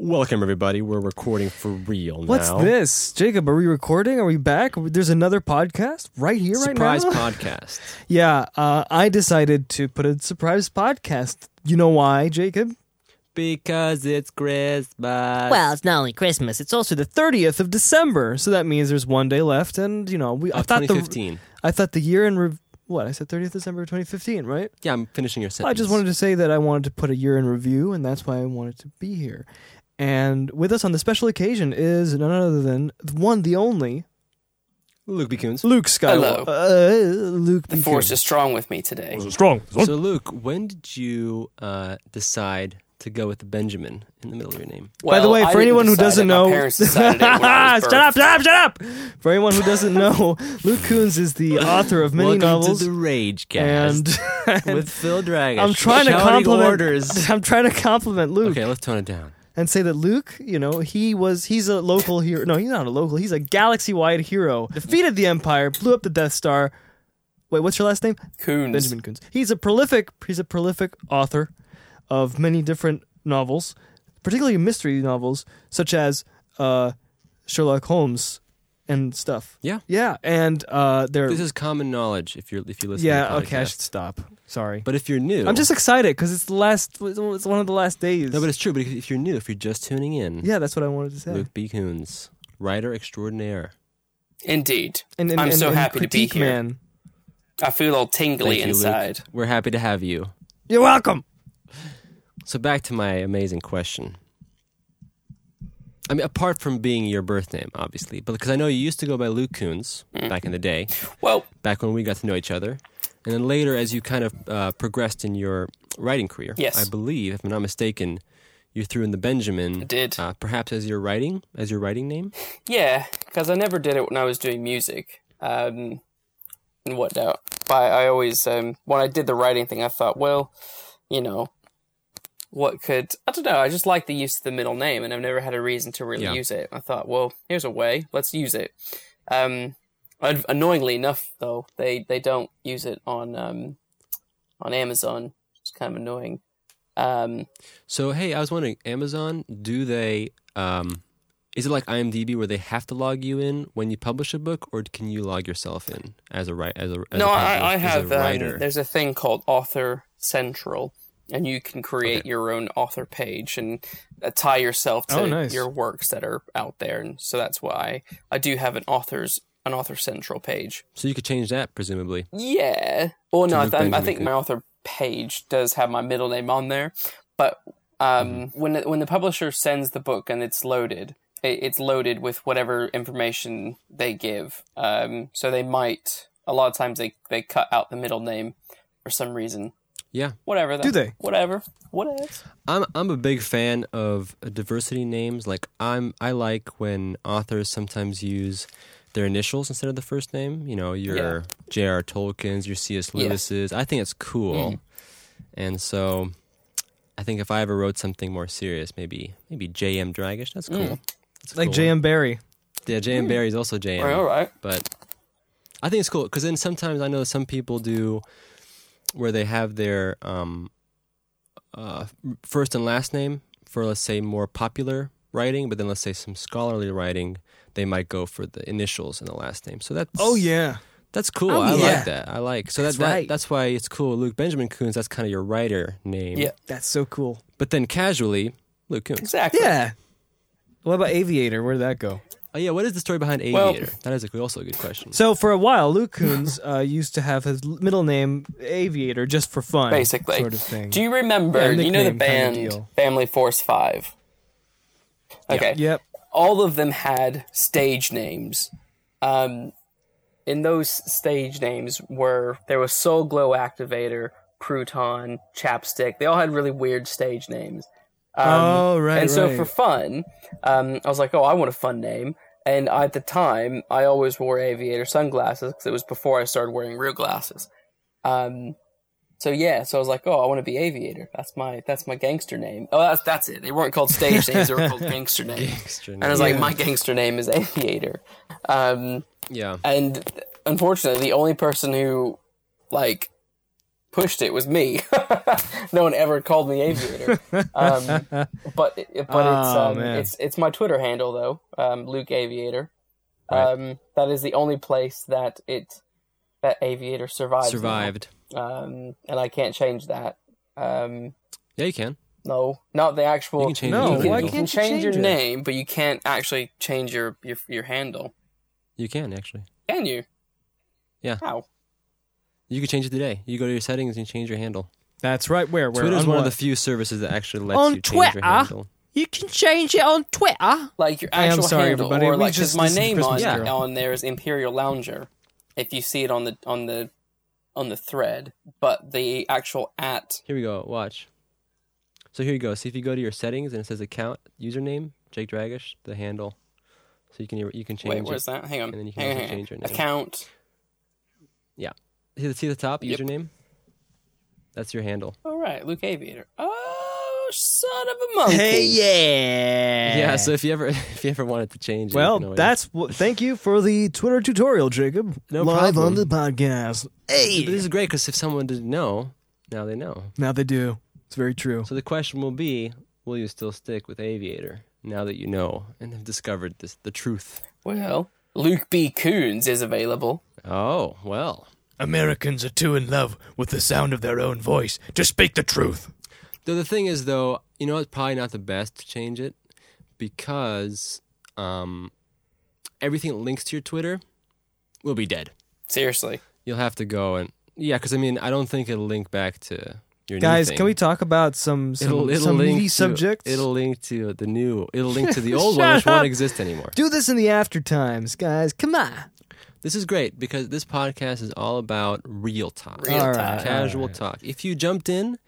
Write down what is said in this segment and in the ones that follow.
Welcome, everybody. We're recording for real now. What's this, Jacob? Are we recording? Are we back? There's another podcast right here, Surprise right now. podcast. yeah, uh, I decided to put a surprise podcast. You know why, Jacob? Because it's Christmas. Well, it's not only Christmas; it's also the 30th of December. So that means there's one day left, and you know, we. I of thought the 2015. I thought the year in rev what I said 30th December 2015, right? yeah, I'm finishing your sentence. I just wanted to say that I wanted to put a year in review, and that's why I wanted to be here. And with us on the special occasion is none other than the one, the only Luke B. Coons. Luke Skywalker. Hello. Uh, Luke. The B. force Coon. is strong with me today. strong. So, Luke, when did you uh, decide to go with Benjamin in the middle of your name? By the Well, way, I for didn't anyone who decide doesn't it. My know, parents decided it when I was shut up, birthed. shut up, shut up. For anyone who doesn't know, Luke Coons is the author of many Welcome novels to the Rage Cast and, and with Phil Dragon. I'm trying to compliment. orders. I'm trying to compliment Luke okay, let's tone it down. and say that Luke, you know, he was he's a local hero. No, he's not a local. He's a galaxy-wide hero. Defeated the Empire, blew up the Death Star. Wait, what's your last name? Coons. Benjamin Coons. He's a prolific he's a prolific author of many different novels, particularly mystery novels such as uh, Sherlock Holmes and stuff. Yeah. Yeah, and uh, they're This is common knowledge if you're if you listen. to yeah. the Okay, I podcast. should stop. Sorry, But if you're new, I'm just excited because it's the last. It's one of the last days. no, but it's true. But if- if you're new, if you're just tuning in, yeah, that's what I wanted to say. Luke B. Coons, writer extraordinaire. Indeed. And, and, I'm and- so and happy to be critique here. man. I feel all tingly Thank you, Luke. inside. We're happy to have you. You're welcome. So back to my amazing question. I mean, apart from being your birth name, obviously, but because I know you used to go by Luke Coons Mm. back in the day, Well, back when we got to know each other, and then later as you kind of uh, progressed in your writing career, Yes. I believe, if I'm not mistaken, you threw in the I Benjamin, did. uh, perhaps as your writing, as your writing name. Yeah, because I never did it when I was doing music um, and whatnot. But I always, um, when I did the writing thing, I thought, well, you know, what could I don't know? I just like the use of the middle name, and I've never had a reason to really Yeah. use it. I thought, well, here's a way. Let's use it. Um, an- annoyingly enough, though, they they don't use it on um, on Amazon. It's kind of annoying. Um, So hey, I was wondering, Amazon, do they? Um, is it like IMDb where they have to log you in when you publish a book, or can you log yourself in as a writer? As a as no, a publish- I, I as a have. writer? Um, there's a thing called Author Central, and you can create your own author page and uh, tie yourself to Oh, nice. your works that are out there. And so that's why I do have an author's an Author Central page. So you could change that, presumably. Yeah. Well, no, I, Luke th- I Benjamin think could- my author page does have my middle name on there, but um, Mm-hmm. when the, when the publisher sends the book and it's loaded, it, it's loaded with whatever information they give. Um, so they might a lot of times they they cut out the middle name for some reason. Yeah. Whatever. Do they? Whatever. Whatever. I'm I'm a big fan of diversity names. Like I'm I like when authors sometimes use their initials instead of the first name. You know, your Yeah. J.R. Tolkien's, your C.S. Yeah. Mm-hmm. Lewis's. I think it's cool. And so I think if I ever wrote something more serious, maybe maybe J.M. Dragish, that's cool. Mm. That's a Like cool one. J.M. Barry. Yeah, J.M. Barry's also J.M. All Mm. right. but I think it's cool because then sometimes I know some people do where they have their um, uh, first and last name for let's say more popular writing, but then let's say some scholarly writing, they might go for the initials and the last name. So that's Oh yeah. that's cool. Oh, I yeah. like that. I like so That's that, that right. that's why it's cool. Luke Benjamin Coons, that's kind of your writer name. Yeah. That's so cool. But then casually, Luke Coons. Exactly. Yeah. What about Aviator? Where did that go? Oh yeah, what is the story behind Well- Aviator? that is a, also a good question. So for a while, Luke Coons uh, used to have his l- middle name Aviator just for fun, Basically. sort of thing. Do you remember? Yeah, you know the nickname kinda band deal. Family Force Five. Okay. yep. all of them had stage names. Um, in those stage names were there was Soul Glow Activator, Crouton, Chapstick. They all had really weird stage names. Um, Oh, right, And so right. for fun, um, I was like, oh, I want a fun name. And at the time, I always wore aviator sunglasses because it was before I started wearing real glasses. Um, so yeah, so I was like, oh, I want to be aviator. That's my that's my gangster name. Oh, that's that's it. They weren't called stage names; they were called gangster names. Extra And I was name. like, my gangster name is Aviator. Um, yeah. and unfortunately, the only person who, like, pushed it was me. no one ever called me aviator. Um, but it- but it's Oh, um, man. it's it's my Twitter handle though, um, Luke Aviator. Right. Um, that is the only place that it that aviator survives. now. Survived. Um, and I can't change that. Um, Yeah, you can. no, not the actual. You can change No, it. why you can't can you change, change your it? name, but you can't actually change your your, your handle. You can actually. Can you? Yeah. How? You can change it today. You go to your settings and change your handle. That's right. Where? Where? Twitter's on one what? of the few services that actually lets On you change your Twitter? handle. You can change it on Twitter. Like your I am actual sorry, handle, everybody. or We like 'cause just my listened to name on Christmas Carol. on there is Imperial Lounger. If you see it on the on the on the thread, but the actual at Here we go. Watch. So here you go. See if you go to your settings and it says account username Jake Dragish the handle. So you can you can change wait, where's it. that? Hang on, And then you can hang on, also hang on. change your name. account. See the, see the top Yep. username. That's your handle. All right, Luke Aviator. Oh, son of a monkey! Hey, Eh. yeah. Yeah. So if you ever if you ever wanted to change, it, you Well, can always- that's what, thank you for the Twitter tutorial, Jacob. No Live problem. on the podcast. But Hey, this is great because if someone didn't know, now they know. now they do. It's very true. So the question will be: Will you still stick with Aviator now that you know and have discovered this, the truth? Well, Luke B. Coons is available. Oh well. Americans are too in love with the sound of their own voice to speak the truth. Though the thing is, though, you know, it's probably not the best to change it because um, everything that links to your Twitter will be dead. Seriously, You'll have to go and yeah, because I mean, I don't think it'll link back to your new Guys, thing. can we talk about some some, It'll, it'll some link meaty to, subjects? It'll link to the new. It'll link to the old one, which Shut up. won't exist anymore. do this in the after times, guys. Come on. This is great because this podcast is all about real talk, Real All talk. right. casual talk. If you jumped in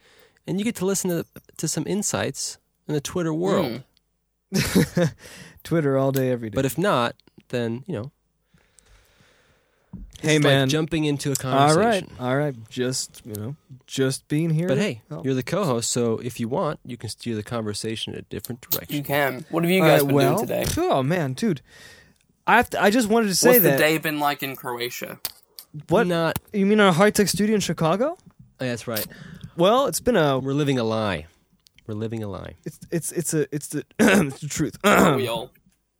and you get to listen to, to some insights in the Twitter world, Mm. Twitter all day, every day. but if not, then you know hey, It's man. like jumping into a all conversation. right, all right. Just you know, just being here. But hey, Oh. you're the co-host, so if you want, you can steer the conversation in a different you direction. can. What have you All guys right, been well, doing today? Oh man, dude. I have to, I just wanted to say What's that. the day been like in Croatia? What Not. you mean our high tech studio in Chicago? oh, that's right. Well, it's been a We're living a lie. We're living a lie. it's it's it's a it's the it's the truth. we all?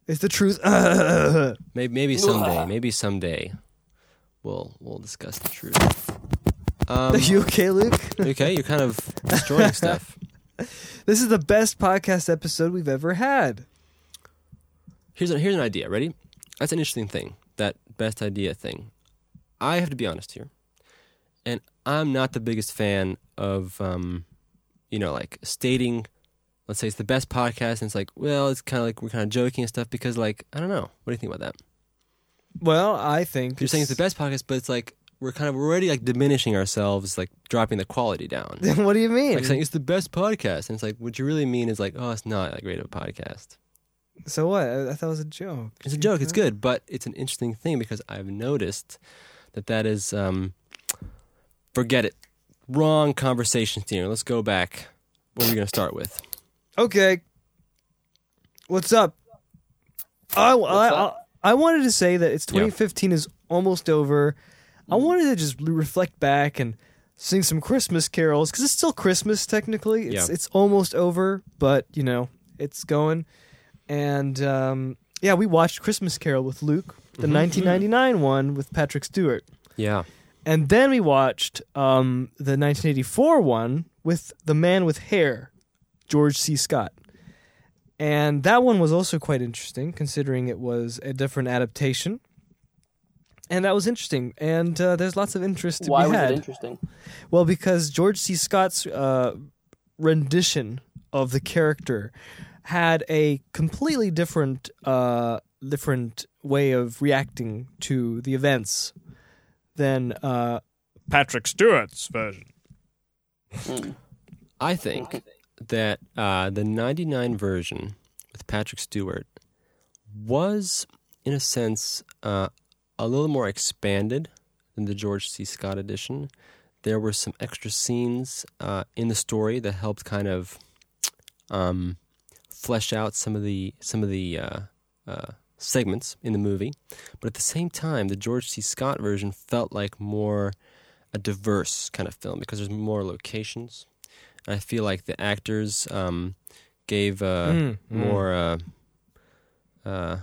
it's the truth. All Maybe, maybe someday. Maybe someday, we'll we'll discuss the truth. Um, Are you okay, Luke? okay, you're kind of destroying stuff. This is the best podcast episode we've ever had. Here's a, here's an idea. Ready? That's an interesting thing. That best idea thing. I have to be honest here, and I'm not the biggest fan of, um, you know, like stating, let's say it's the best podcast, and it's like, well, it's kind of like we're kind of joking and stuff because, like, I don't know. What do you think about that? Well, I think You're saying it's the best podcast, but it's like we're kind of we're already like diminishing ourselves, like dropping the quality down. best. what do you mean? Like saying it's the best podcast, and it's like what you really mean is like, oh, it's not that great of a podcast. so what? I, I thought it was a joke. It's a joke. It's good, but it's an interesting thing because I've noticed that that is um, forget it. Wrong conversation theory. Let's go back. What are we going to start with? Okay. What's up? I, I, up? I, I wanted to say that it's Yeah. Mm-hmm. 2015 is almost over. I wanted to just reflect back and sing some Christmas carols because it's still Christmas technically. It's Yeah. it's almost over, but you know it's going. And um, yeah, we watched Christmas Carol with Luke, the Mm-hmm. 1999 one with Patrick Stewart, Yeah, and then we watched um, the 1984 one with the man with hair, George C. Scott. And that one was also quite interesting, considering it was a different adaptation. And that was interesting. And uh, there's lots of interest to Why be was had. it interesting? Well, because George C. Scott's uh, rendition of the character had a completely different, uh, different way of reacting to the events than uh, Patrick Stewart's version. I think that uh, the '99 version with Patrick Stewart was, in a sense, uh, a little more expanded than the George C. Scott edition. There were some extra scenes uh, in the story that helped kind of um, flesh out some of the some of the uh, uh, segments in the movie. But at the same time, the George C. Scott version felt like more a diverse kind of film because there's more locations. I feel like the actors um, gave uh, Mm, mm. more. Uh, uh,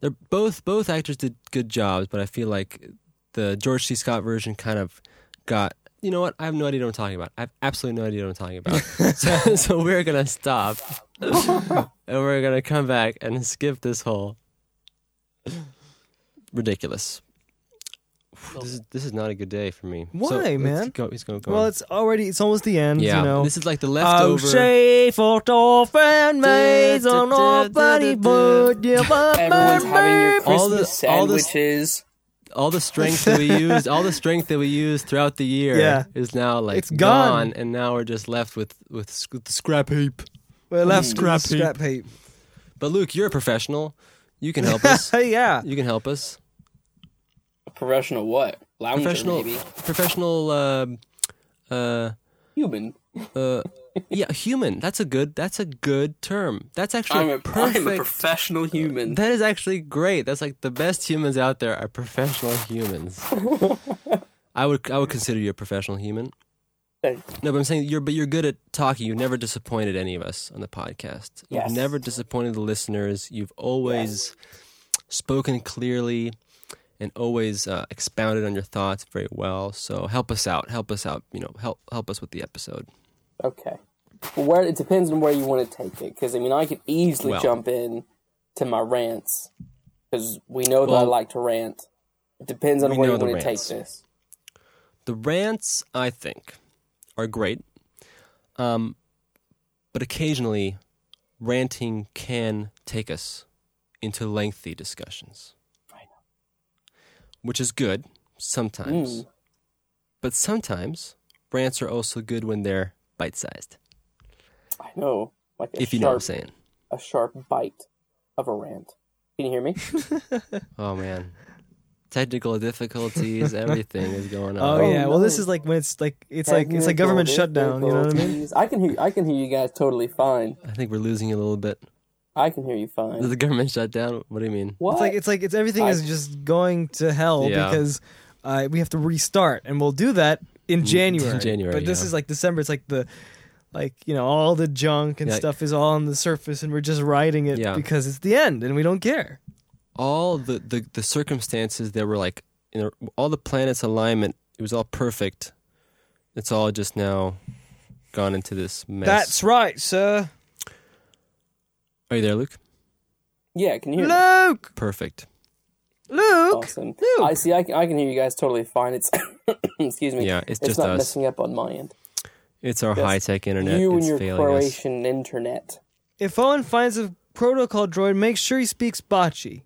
they're both both actors did good jobs, but I feel like the George C. Scott version kind of got. You know what? I have no idea what I'm talking about. I have absolutely no idea what I'm talking about. so, so we're gonna stop, and we're gonna come back and skip this whole ridiculous. This is this is not a good day for me. Why, let's man? Go, he's gonna go. Well, on. it's already it's almost the end. yeah. You know. This is like the Oh, leftover. faithful old friend, mates Du- du- on du- all du- buddy du- board, you but Everyone's having your Christmas All the- all the- sandwiches. all the strength that we used, all the strength that we used throughout the year, Yeah. is now like It's gone. and now we're just left with with sc- the scrap heap. We're left Scrap scrap scrap heap. But Luke, you're a professional. You can help us. Hey, yeah. you can help us. Professional what? Lounger, Professional, maybe. professional. Uh, uh, Human. uh, yeah, human. That's a good. That's a good term. That's actually I'm a, perfect. I'm a professional human. That is actually great. That's like the best humans out there are professional humans. I would I would consider you a professional human. Thanks. No, but I'm saying you're but you're good at talking. You've never disappointed any of us on the podcast. You've Yes. never disappointed the listeners. You've always spoken clearly and always uh, expounded on your thoughts very well. So help us out. Help us out. You know, help help us with the episode. Okay. Well, where it depends on where you want to take it, because I mean, I could easily Well. jump in to my rants, because we know that I Well, like to rant. It depends on we where know you the want to take rants. this. The rants, I think, are great. Um, but occasionally, ranting can take us into lengthy discussions. I Which is good sometimes. Mm. But sometimes, rants are also good when they're bite sized, I know, like a if you know what I'm sharp, saying. a sharp bite of a rant. Can you hear me? Oh, man. Technical difficulties, everything is going Oh, on. yeah. no. Well, this is like when it's like it's like it's like government shutdown. You know what I mean? I can hear. I can hear you guys totally fine. I think we're losing you a little bit. I can hear you Did fine. the government shut down? What do you mean? What? It's like it's like it's everything is just going to hell Yeah. because uh, we have to restart, and we'll do that in January. Mm, January, but this yeah. is like December. It's like the like you know all the junk and Yeah. stuff is all on the surface, and we're just riding it Yeah. because it's the end, and we don't care. all the, the, the circumstances that were like you know, all the planets alignment it was all perfect it's all just now gone into this mess That's right, sir. are you there luke yeah, can you hear me? Luke, perfect Luke. Awesome. Luke. I see. I can, I can hear you guys totally fine. It's excuse me. yeah it's, just it's not us messing up on my end. it's our Yes. high-tech internet you it's and your failing us Croatian internet. If Owen finds a protocol droid, make sure he speaks bocce.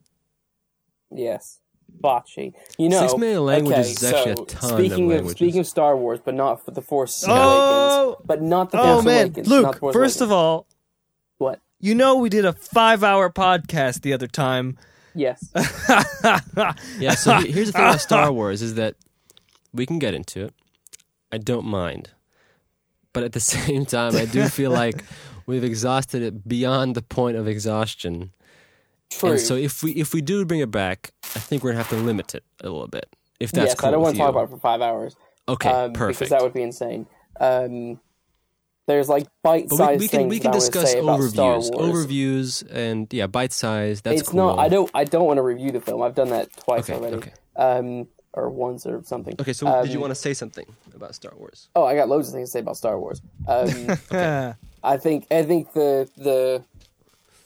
Yes. Bocce. You know, Six million languages okay, is actually so a ton of speaking languages. Speaking of Star Wars, but not for the Force Oh! Awakens, but not the Oh Force man, Awakens. Luke. not the Force First Awakens. of all, what? you know we did a five-hour podcast the other time. Yes, yeah so he- here's the thing about star wars is that we can get into it i don't mind but at the same time i do feel like we've exhausted it beyond the point of exhaustion true. And so if we if we do bring it back, I think we're gonna have to limit it a little bit. If that's yes, cool I don't with want to talk you. about it for five hours. Okay, um, perfect. Because that would be insane. Um, there's like bite-sized but we, we can things we can that I wanna discuss say about Star Wars. overviews, overviews, and yeah, bite size. That's it's cool. not. I don't. I don't want to review the film. I've done that twice Okay, already. okay. Um, or once or something. Okay, so um, did you want to say something about Star Wars? Oh, I got loads of things to say about Star Wars. Um, Uh, I think I think the the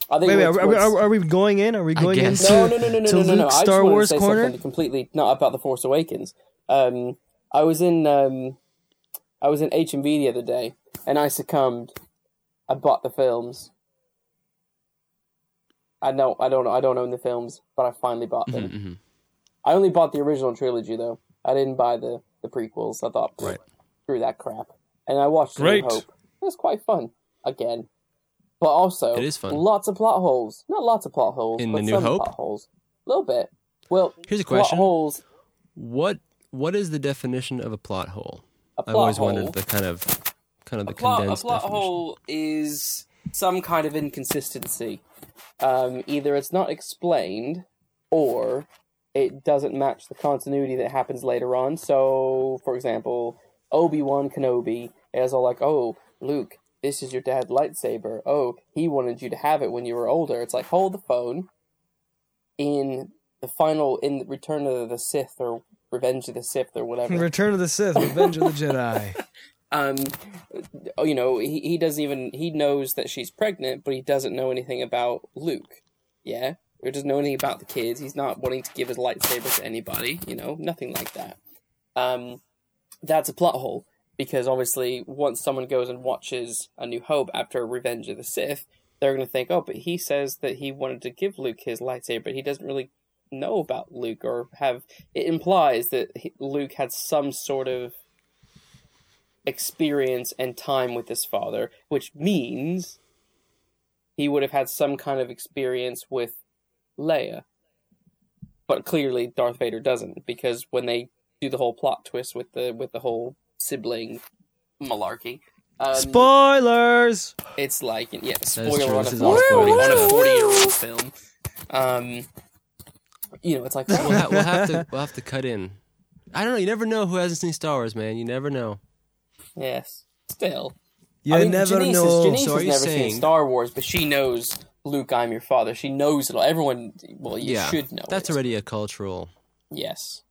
I think wait, wait, what's- are, are, what's- are, are we going in? Are we going in? guess. no, no, no, no, no, to no, no, no. Luke's I just Star wanted to Wars say corner? something completely not about the Force Awakens. Um, I was in um, I was in HMV the other day, and I succumbed. I bought the films. I know I don't I don't own the films, but I finally bought them. Mm-hmm, I only bought the original trilogy though. I didn't buy the the prequels. I thought Right. through that crap, and I watched Great. Great. New Hope. It was quite fun again, but also It is fun. Lots of plot holes. Not lots of plot holes In but the New some Hope? plot holes. A little bit. Well, Here's a Plot question. holes. What what is the definition of a plot hole? A I've plot always hole. wondered the kind of kind of the a plot, a condensed plot definition. hole is some kind of inconsistency. Um, either it's not explained, or it doesn't match the continuity that happens later on. So, for example, Obi Wan Kenobi is all like, "Oh, Luke, this is your dad's lightsaber. Oh, he wanted you to have it when you were older." It's like, hold the phone. In the final, in Return of the Sith or Revenge of the Sith or whatever, Return of the Sith, Revenge of the Jedi. um oh, you know he, he doesn't even he knows that she's pregnant but he doesn't know anything about luke yeah or doesn't know anything about the kids he's not wanting to give his lightsaber to anybody you know nothing like that um that's a plot hole because obviously once someone goes and watches a new hope after revenge of the sith they're going to think oh but he says that he wanted to give luke his lightsaber but he doesn't really know about luke or have it implies that he, luke had some sort of experience and time with his father, which means he would have had some kind of experience with Leia. But clearly Darth Vader doesn't, because when they do the whole plot twist with the with the whole sibling malarkey, um, Spoilers. it's like yeah, is spoiler true. on a, This is all 40, spoilers. on a forty year old film. Um, you know, it's like We'll, ha- we'll have to we'll have to cut in. I don't know. You never know who hasn't seen Star Wars, man. You never know. yes, still. You I mean, never Janice, know. Is, Janice So are has you never saying- seen Star Wars, but she knows Luke, I'm your father. She knows it all. Everyone, well, you yeah, should know. That's it. already a cultural Yes.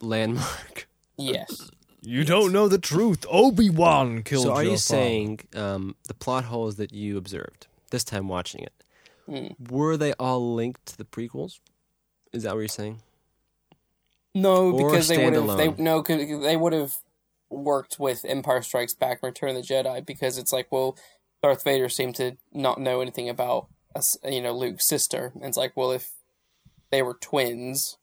landmark. Yes. you don't know the truth. Obi Wan killed. so are your you father. saying um, the plot holes that you observed this time watching it were they all linked to the prequels? Is that what you're saying? No, Or because they would have. standalone. They no, 'cause they would have worked with Empire Strikes Back, and Return of the Jedi, because it's like, well, Darth Vader seemed to not know anything about us, you know, Luke's sister, and it's like, well, if they were twins,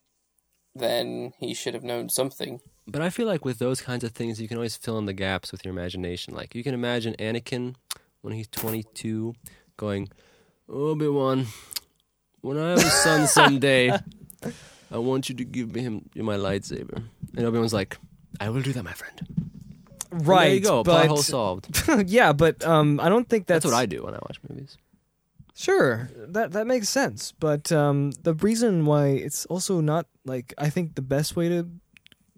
then he should have known something. But I feel like with those kinds of things, you can always fill in the gaps with your imagination. Like you can imagine Anakin when he's 22, going, Obi Wan, when I have a son someday, I want you to give me him my lightsaber. And Obi Wan's like, I will do that, my friend. And Right. there you go. But, Plot hole solved. yeah, but um, I don't think That's that's, what I do when I watch movies. Sure, that that makes sense. But um, the reason why it's also not like I think the best way to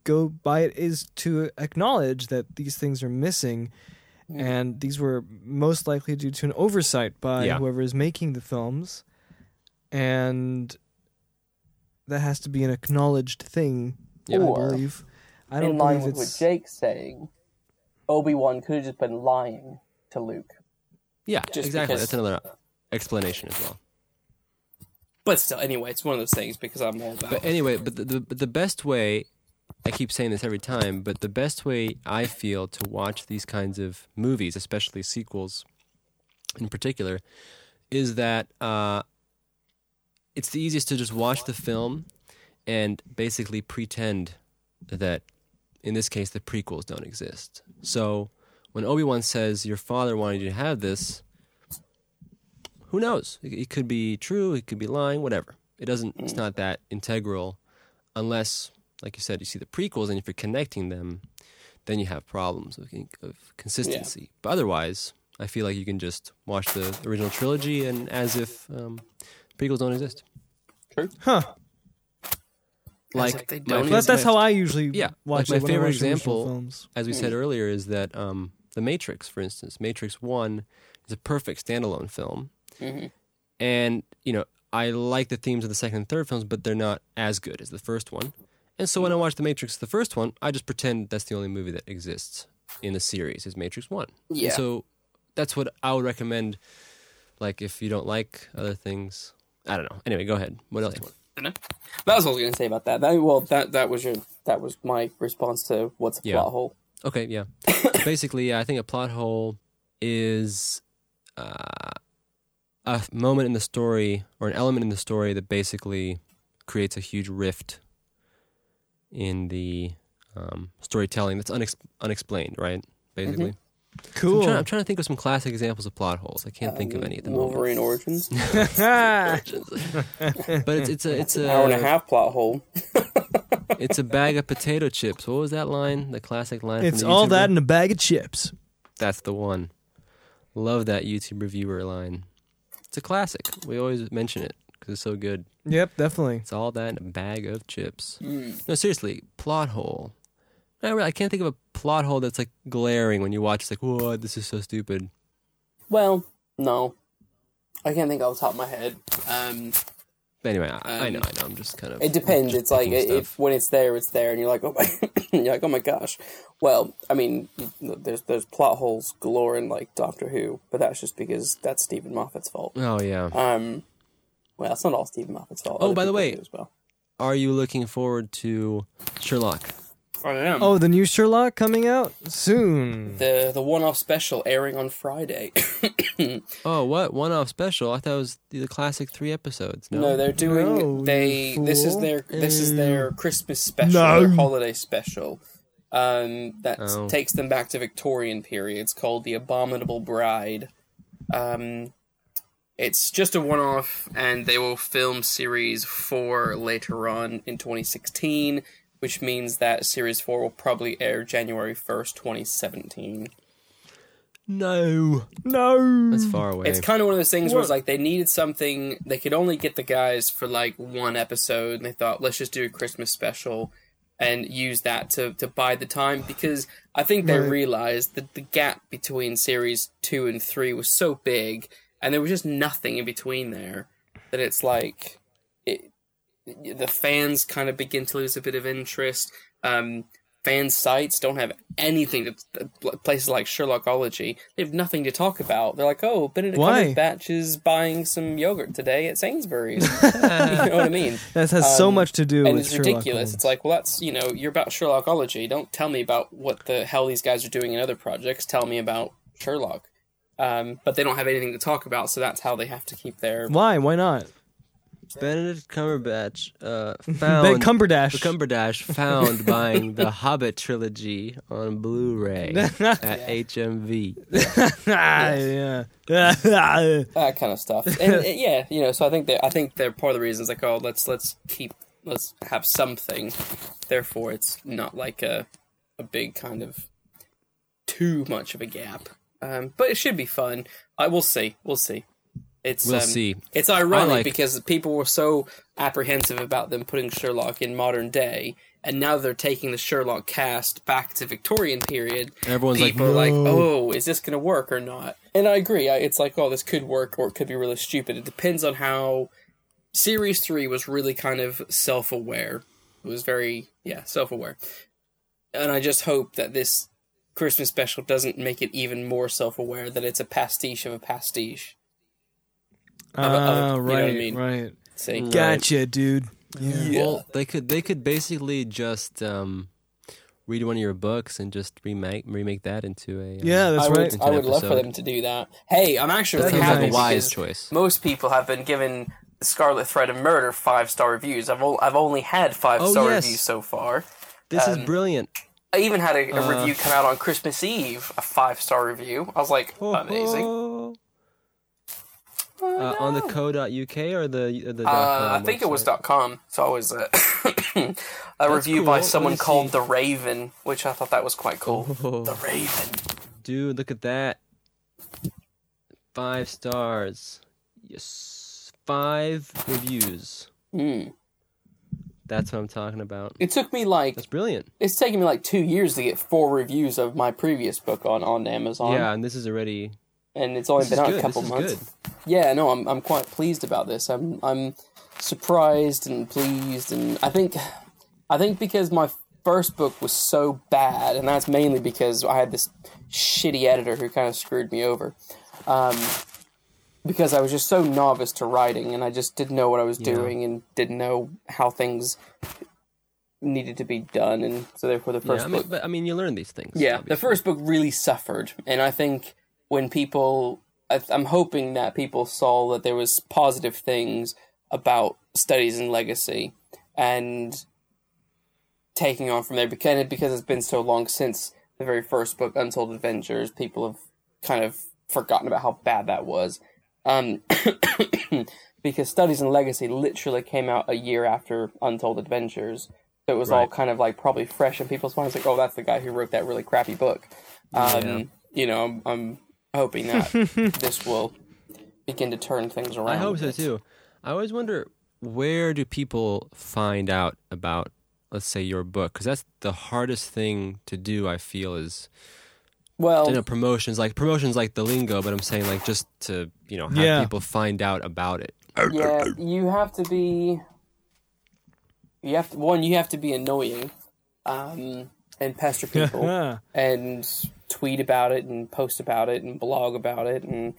go by it is to acknowledge that these things are missing, Mm. and these were most likely due to an oversight by Yeah. whoever is making the films, and that has to be an acknowledged thing. I Or- believe. I don't in line believe with what it's Jake's saying, Obi Wan could have just been lying to Luke. Yeah, Just exactly. because- That's another explanation as well. But still, anyway, it's one of those things because I'm all about. But anyway, but the, the but the best way I keep saying this every time, but the best way I feel to watch these kinds of movies, especially sequels in particular, is that uh, it's the easiest to just watch the film and basically pretend that in this case the prequels don't exist. So when Obi-Wan says your father wanted you to have this, who knows? It, it could be true, it could be lying, whatever. It doesn't it's not that integral unless like you said you see the prequels and if you're connecting them then you have problems of, of consistency. But otherwise, I feel like you can just watch the original trilogy and as if um, prequels don't exist. huh? Like if they my don't favorite- But that's how I usually Yeah, watch like it my when I favorite watch original example- films. as we said earlier, is that um, The Matrix, for instance, Matrix One is a perfect standalone film, Mhm. and you know I like the themes of the second and third films, but they're not as good as the first one. And so when I watch The Matrix, the first one, I just pretend that's the only movie that exists in the series is Matrix One. And Yeah. so that's what I would recommend. Like if you don't like other things, I don't know. Anyway, go ahead. What else? you want? That was what I was going to say about that. that. Well, that that was your that was my response to what's a Yeah. plot hole. Okay, yeah. Basically, yeah, I think a plot hole is uh, a moment in the story or an element in the story that basically creates a huge rift in the um, storytelling that's unex- unexplained, right? Mm-hmm. Basically, So Cool. I'm, trying, I'm trying to think of some classic examples of plot holes. I can't think of any at the Wolverine Origins, an moment. But it's it's a it's uh, a, hour and a half plot hole. it's a bag of potato chips. What was that line? The classic line. from It's the all YouTuber? that in a bag of chips. That's the one. Love that YouTube reviewer line. It's a classic. We always mention it because it's so good. Yep, definitely. It's all that in a bag of chips. Mm. No, seriously, plot hole. I, really, I can't think of a plot hole that's like glaring when you watch. It's like, whoa, this is so stupid. Well, no, I can't think off the top of my head. Um, But anyway, I, I Um, know, I know. I'm just kind of. it depends. just It's like picking it, it, stuff. when it's there, it's there, and you're like, oh my, you're like, oh my gosh. Well, I mean, there's there's plot holes galore in like Doctor Who, but that's just because that's Stephen Moffat's fault. oh yeah. Um, well, that's not all Stephen Moffat's fault. Oh, Other by the people way- do as well. Are you looking forward to Sherlock? I am. Oh, the new Sherlock coming out soon. The the one off special airing on Friday. Oh, what one off special? I thought it was the, the classic three episodes. No, no. they're doing No, they you this is fool. their this is their Christmas special, No. their holiday special. Um that Oh. takes them back to Victorian period. It's called The Abominable Bride. Um it's just a one off and they will film series 4 later on in 2016, which means that series 4 will probably air January 1st, 2017. no, No. that's far away. Mm. It's kind of one of those things where it's like they needed something. They could only get the guys for like one episode, and they thought, let's just do a Christmas special and use that to to bide the time because I think they Right. realized that the gap between series two and three was so big, and there was just nothing in between there that it's like it, the fans kind of begin to lose a bit of interest. Um, fan sites don't have anything. To, places like Sherlockology, they have nothing to talk about. They're like, oh, Benedict Why? Cumberbatch is buying some yogurt today at Sainsbury's. you know what I mean? That has so Um, much to do and with it's Sherlock ridiculous. Holmes. It's like, well, that's you know, you're about Sherlockology. Don't tell me about what the hell these guys are doing in other projects. Tell me about Sherlock. Um, but they don't have anything to talk about, so that's how they have to keep their Why? Why not? Benedict Cumberbatch uh, Oh, Ben found Cumberdash. The Cumberdash found buying the Hobbit trilogy on Blu-ray at HMV. Ah, yeah. Ah, that kind of stuff. And uh, yeah, you know, so I think that I think they're part of the reasons like, oh, let's let's keep let's have something. Therefore, it's not like a a big kind of too much of a gap. Um, but it should be fun. I we'll see. We'll see. It's We'll um, see. It's ironic I like- because people were so apprehensive about them putting Sherlock in modern day, and now they're taking the Sherlock cast back to Victorian period. Everyone's like, people are like, oh, is this going to work or not? And I agree. I, it's like, oh, this could work or it could be really stupid. It depends on how. Series three was really kind of self aware. It was very yeah self aware, and I just hope that this Christmas special doesn't make it even more self aware that it's a pastiche of a pastiche. Of a- Ah, of a- you know what I right, mean. right. See, Gotcha, dude. Well, they could they could basically just um, read one of your books and just remake remake that into a um, Yeah, that's I right. would, I would Into an love for episode. them to do that. Hey, I'm actually that really sounds happy like a wise because choice. most people have been given Scarlet Thread of Murder five star reviews. I've, o- I've only had five Oh, star yes. reviews so far. This is brilliant. I even had a, Uh. a review come out on Christmas Eve, a five star review. I was like, amazing. Oh. Uh, on the co.uk or the or the. Uh, I .com think it was website? .com. So it was a, a review cool. by Let someone me see. called The Raven, which I thought that was quite cool. The Oh, Raven. dude, look at that. Five stars. Yes, five reviews. Mm. That's what I'm talking about. It took me like That's brilliant. it's taken me like two years to get four reviews of my previous book on on Amazon. Yeah, and this is already and it's only this is Um, been out good. a couple this months. is good. Yeah, no, I'm I'm quite pleased about this. I'm I'm surprised and pleased, and I think I think because my first book was so bad, and that's mainly because I had this shitty editor who kind of screwed me over. Um, because I was just so novice to writing, and I just didn't know what I was doing, and didn't know how things needed to be done, and so therefore the first Yeah, I book mean, but I mean, you learn these things. yeah, obviously. the first book really suffered, and I think when people, I, I'm hoping that people saw that there was positive things about studies and legacy, and taking on from there. Because because it's been so long since the very first book, Untold Adventures, people have kind of forgotten about how bad that was. Um, because Studies and Legacy literally came out a year after Untold Adventures. So it was all Right. kind of like probably fresh in people's minds, like, oh, that's the guy who wrote that really crappy book. Um, Yeah. You know, I'm, I'm hoping that this will begin to turn things around. I hope a so bit. too. I always wonder where do people find out about, let's say, your book? Because that's the hardest thing to do. I feel is you know Well, promotions like promotions like the lingo, but I'm saying like just to you know have Yeah. people find out about it. yeah, you have to be. You have to one. You have to be annoying, um, and pester people, Yeah. and tweet about it, and post about it, and blog about it, and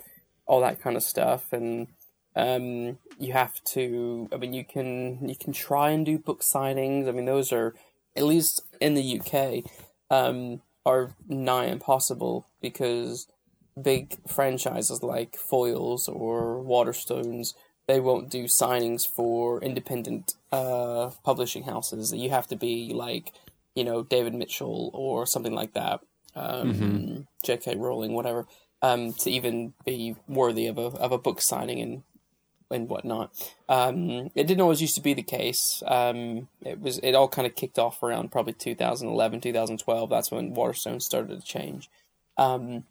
all that kind of stuff. And um, you have to. I mean, you can you can try and do book signings. I mean, those are at least in the UK um, are nigh impossible because big franchises like Foils or Waterstones, they won't do signings for independent uh, publishing houses. You have to be like, you know, David Mitchell or something like that, um, J.K. Rowling, whatever, um, to even be worthy of a of a book signing and and whatnot. Um, it didn't always used to be the case. Um, it was it all kind of kicked off around probably 2011, 2012. That's when Waterstone started to change. Um,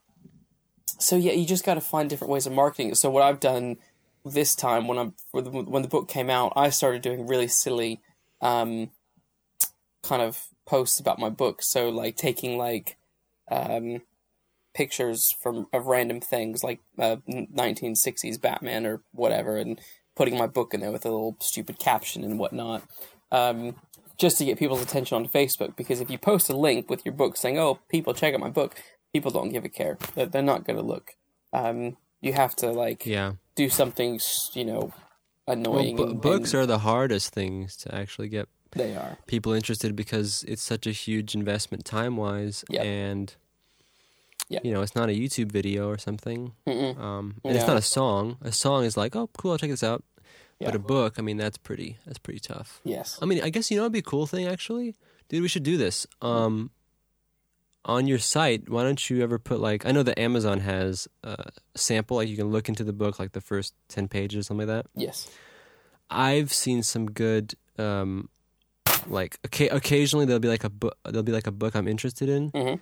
so yeah, you just got to find different ways of marketing it. So what I've done this time when I'm when the- when the book came out, I started doing really silly um, kind of posts about my book. So like taking like um, pictures from of random things like uh, 1960s Batman or whatever, and putting my book in there with a little stupid caption and whatnot, um, just to get people's attention on Facebook. Because if you post a link with your book saying, "Oh, people check out my book," people don't give a care. They're, they're not going to look. Um, you have to like Yeah, do something, s- you know, annoying. bu- and- books and are the hardest things to actually get they are. people interested because it's such a huge investment time wise Yep. and Yep. you know it's not a youtube video or something Mm-mm. um and it's Yeah. not a song a song is like oh cool i'll check this out but Yeah. a book i mean that's pretty that's pretty tough Yes. i mean i guess you know it'd be a cool thing actually dude we should do this um on your site why don't you ever put like i know that amazon has a sample like you can look into the book like the first 10 pages something like that Yes. I've seen some good um like occa- occasionally there'll be like a book there'll be like a book I'm interested in. Mhm.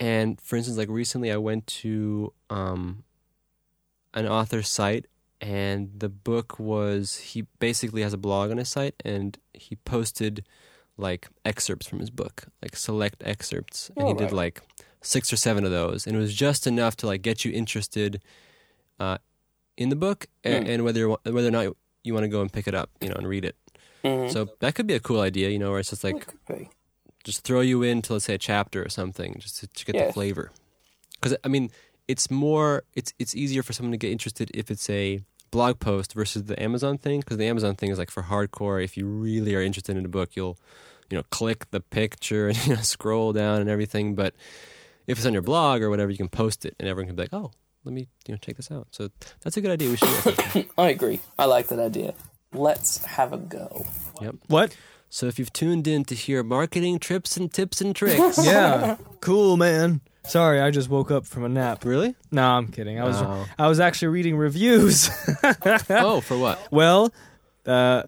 And for instance like recently I went to um an author's site and the book was he basically has a blog on his site and he posted like excerpts from his book, like select excerpts and he Alright. did like six or seven of those and it was just enough to like get you interested uh in the book and, Mm. and whether you're- whether or not you want to go and pick it up, you know, and read it. Mhm. So that could be a cool idea, you know, where it's just It like could be. just throw you into let's say a chapter or something, just to, to get the Yes. flavor. Because I mean, it's more it's it's easier for someone to get interested if it's a blog post versus the Amazon thing. Because the Amazon thing is like for hardcore. If you really are interested in a book, you'll you know click the picture and you know scroll down and everything. But if it's on your blog or whatever, you can post it and everyone can be like, oh. Let me, you know, check this out. So that's a good idea. We should. do that. I agree. I like that idea. Let's have a go. What? So if you've tuned in to hear marketing trips and tips and tricks, Yeah. cool, man. Sorry, I just woke up from a nap. really? No, I'm kidding. I was Oh. I was actually reading reviews. Oh, for what? well, uh,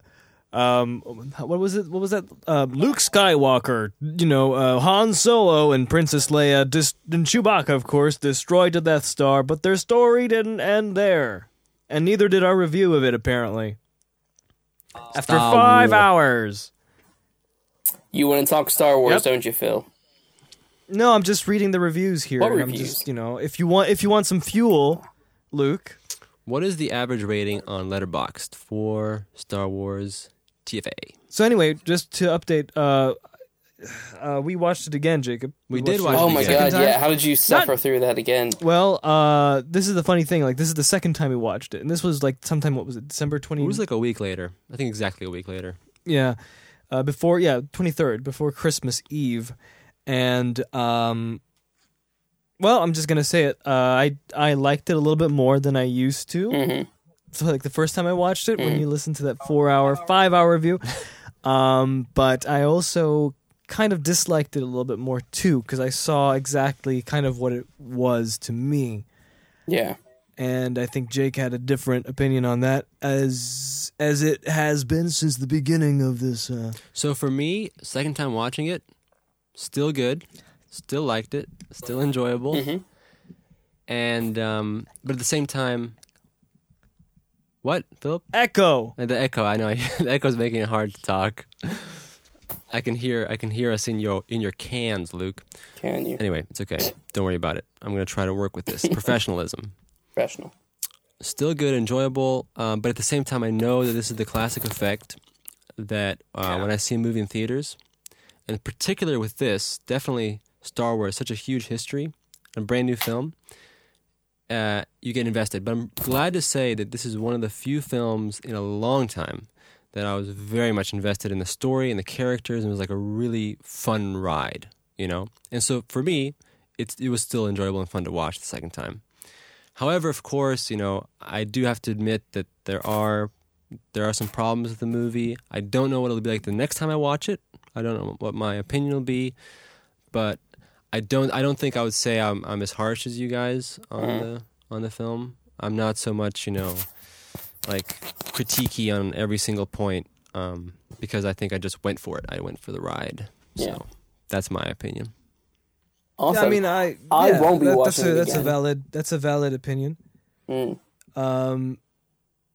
um, what was it? What was that? Uh, Luke Skywalker, you know, uh, Han Solo and Princess Leia, dis- and Chewbacca, of course, destroyed the Death Star, but their story didn't end there, and neither did our review of it. Apparently, after Star five Wars. hours. You want to talk Star Wars, Yep. don't you, Phil? No, I'm just reading the reviews here. What and I'm reviews? just, you know, if you want, if you want some fuel, Luke, What is the average rating on Letterboxd for Star Wars TFA? So anyway, just to update, uh, uh, we watched it again, Jacob. We did watched watch it Oh the my second god, time? yeah. How did you suffer through that again? Well, uh, this is the funny thing. Like, this is the second time we watched it, and this was like sometime. What was it? December twenty. It was like a week later. I think exactly a week later. Yeah, uh, before yeah twenty third, before Christmas Eve, and um, well, I'm just gonna say it. Uh, I I liked it a little bit more than I used to. Mm-hmm. Mhm. So like the first time I watched it, Mm. when you listen to that four hour, five hour review, um, but I also kind of disliked it a little bit more too because I saw exactly kind of what it was to me Yeah. and I think Jake had a different opinion on that as as it has been since the beginning of this. Uh... So for me, second time watching it, still good, still liked it, still enjoyable, and um, but at the same time, What, Philip? Echo. And the echo. I know the echo's making it hard to talk. I can hear. I can hear us in your in your cans, Luke. Can you? Anyway, it's okay. Don't worry about it. I'm gonna try to work with this professionalism. Professional. Still good, enjoyable, um, but at the same time, I know that this is the classic effect that uh, when I see a movie in theaters, and particular with this, definitely Star Wars, such a huge history, a brand new film, uh, you get invested. But I'm glad to say that this is one of the few films in a long time that I was very much invested in the story and the characters, and it was like a really fun ride, you know. And so for me, it's it was still enjoyable and fun to watch the second time. However, of course, you know I do have to admit that there are there are some problems with the movie. I don't know what it'll be like the next time I watch it. I don't know what my opinion will be, but I don't I don't think I would say I'm I'm as harsh as you guys on the on the film. I'm not so much you know like critiquey on every single point um, because I think I just went for it. I went for the ride. So Yeah. that's my opinion. Also, I mean, uh, I I yeah, won't be that- watching That's a, it that's a again. valid that's a valid opinion. mm. Um,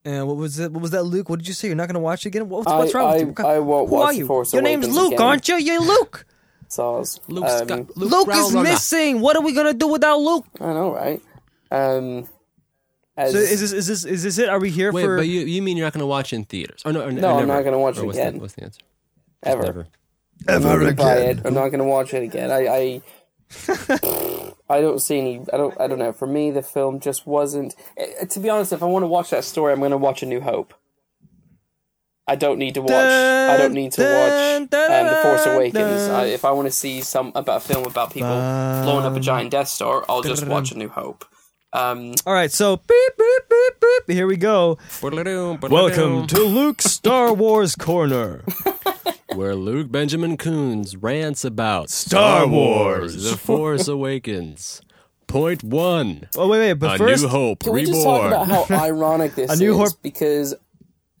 and what was it? What was that, Luke? What did you say? You're not going to watch it again? What's, I- what's wrong I- with you? What kind- I won't Who watch are The you? Force Your name's Awakens Luke, again. aren't you? You're Luke. so I was, Luke um, got Luke, Luke is Raulana. missing. What are we going to do without Luke? I know, right? Um, as, So is this is this is this it? Are we here Wait, for? but you, you mean you're not going to watch it in theaters? Or no, or, No, or never. I'm not gonna watch Or it what's again. The, what's the answer? ever. Never. ever again. I'm not going to watch it again. I, I, I don't see any. I don't. I don't know. For me, the film just wasn't. eh, To be honest, if I want to watch that story, I'm going to watch A New Hope. I don't need to watch. I don't need to Dun, watch dun, um, The Force dun, Awakens. dun. I, if I want to see some about a film about people blowing up a giant Death Star, I'll just watch A New Hope. Um, All right, so beep beep beep beep. Here we go. Welcome to Luke's Star Wars corner. where Luke Benjamin Coons rants about Star Wars. The Force Awakens. Point one. Oh wait, wait. But A first, New Hope can we just talk Reborn. about how ironic this A New is? Hope- Because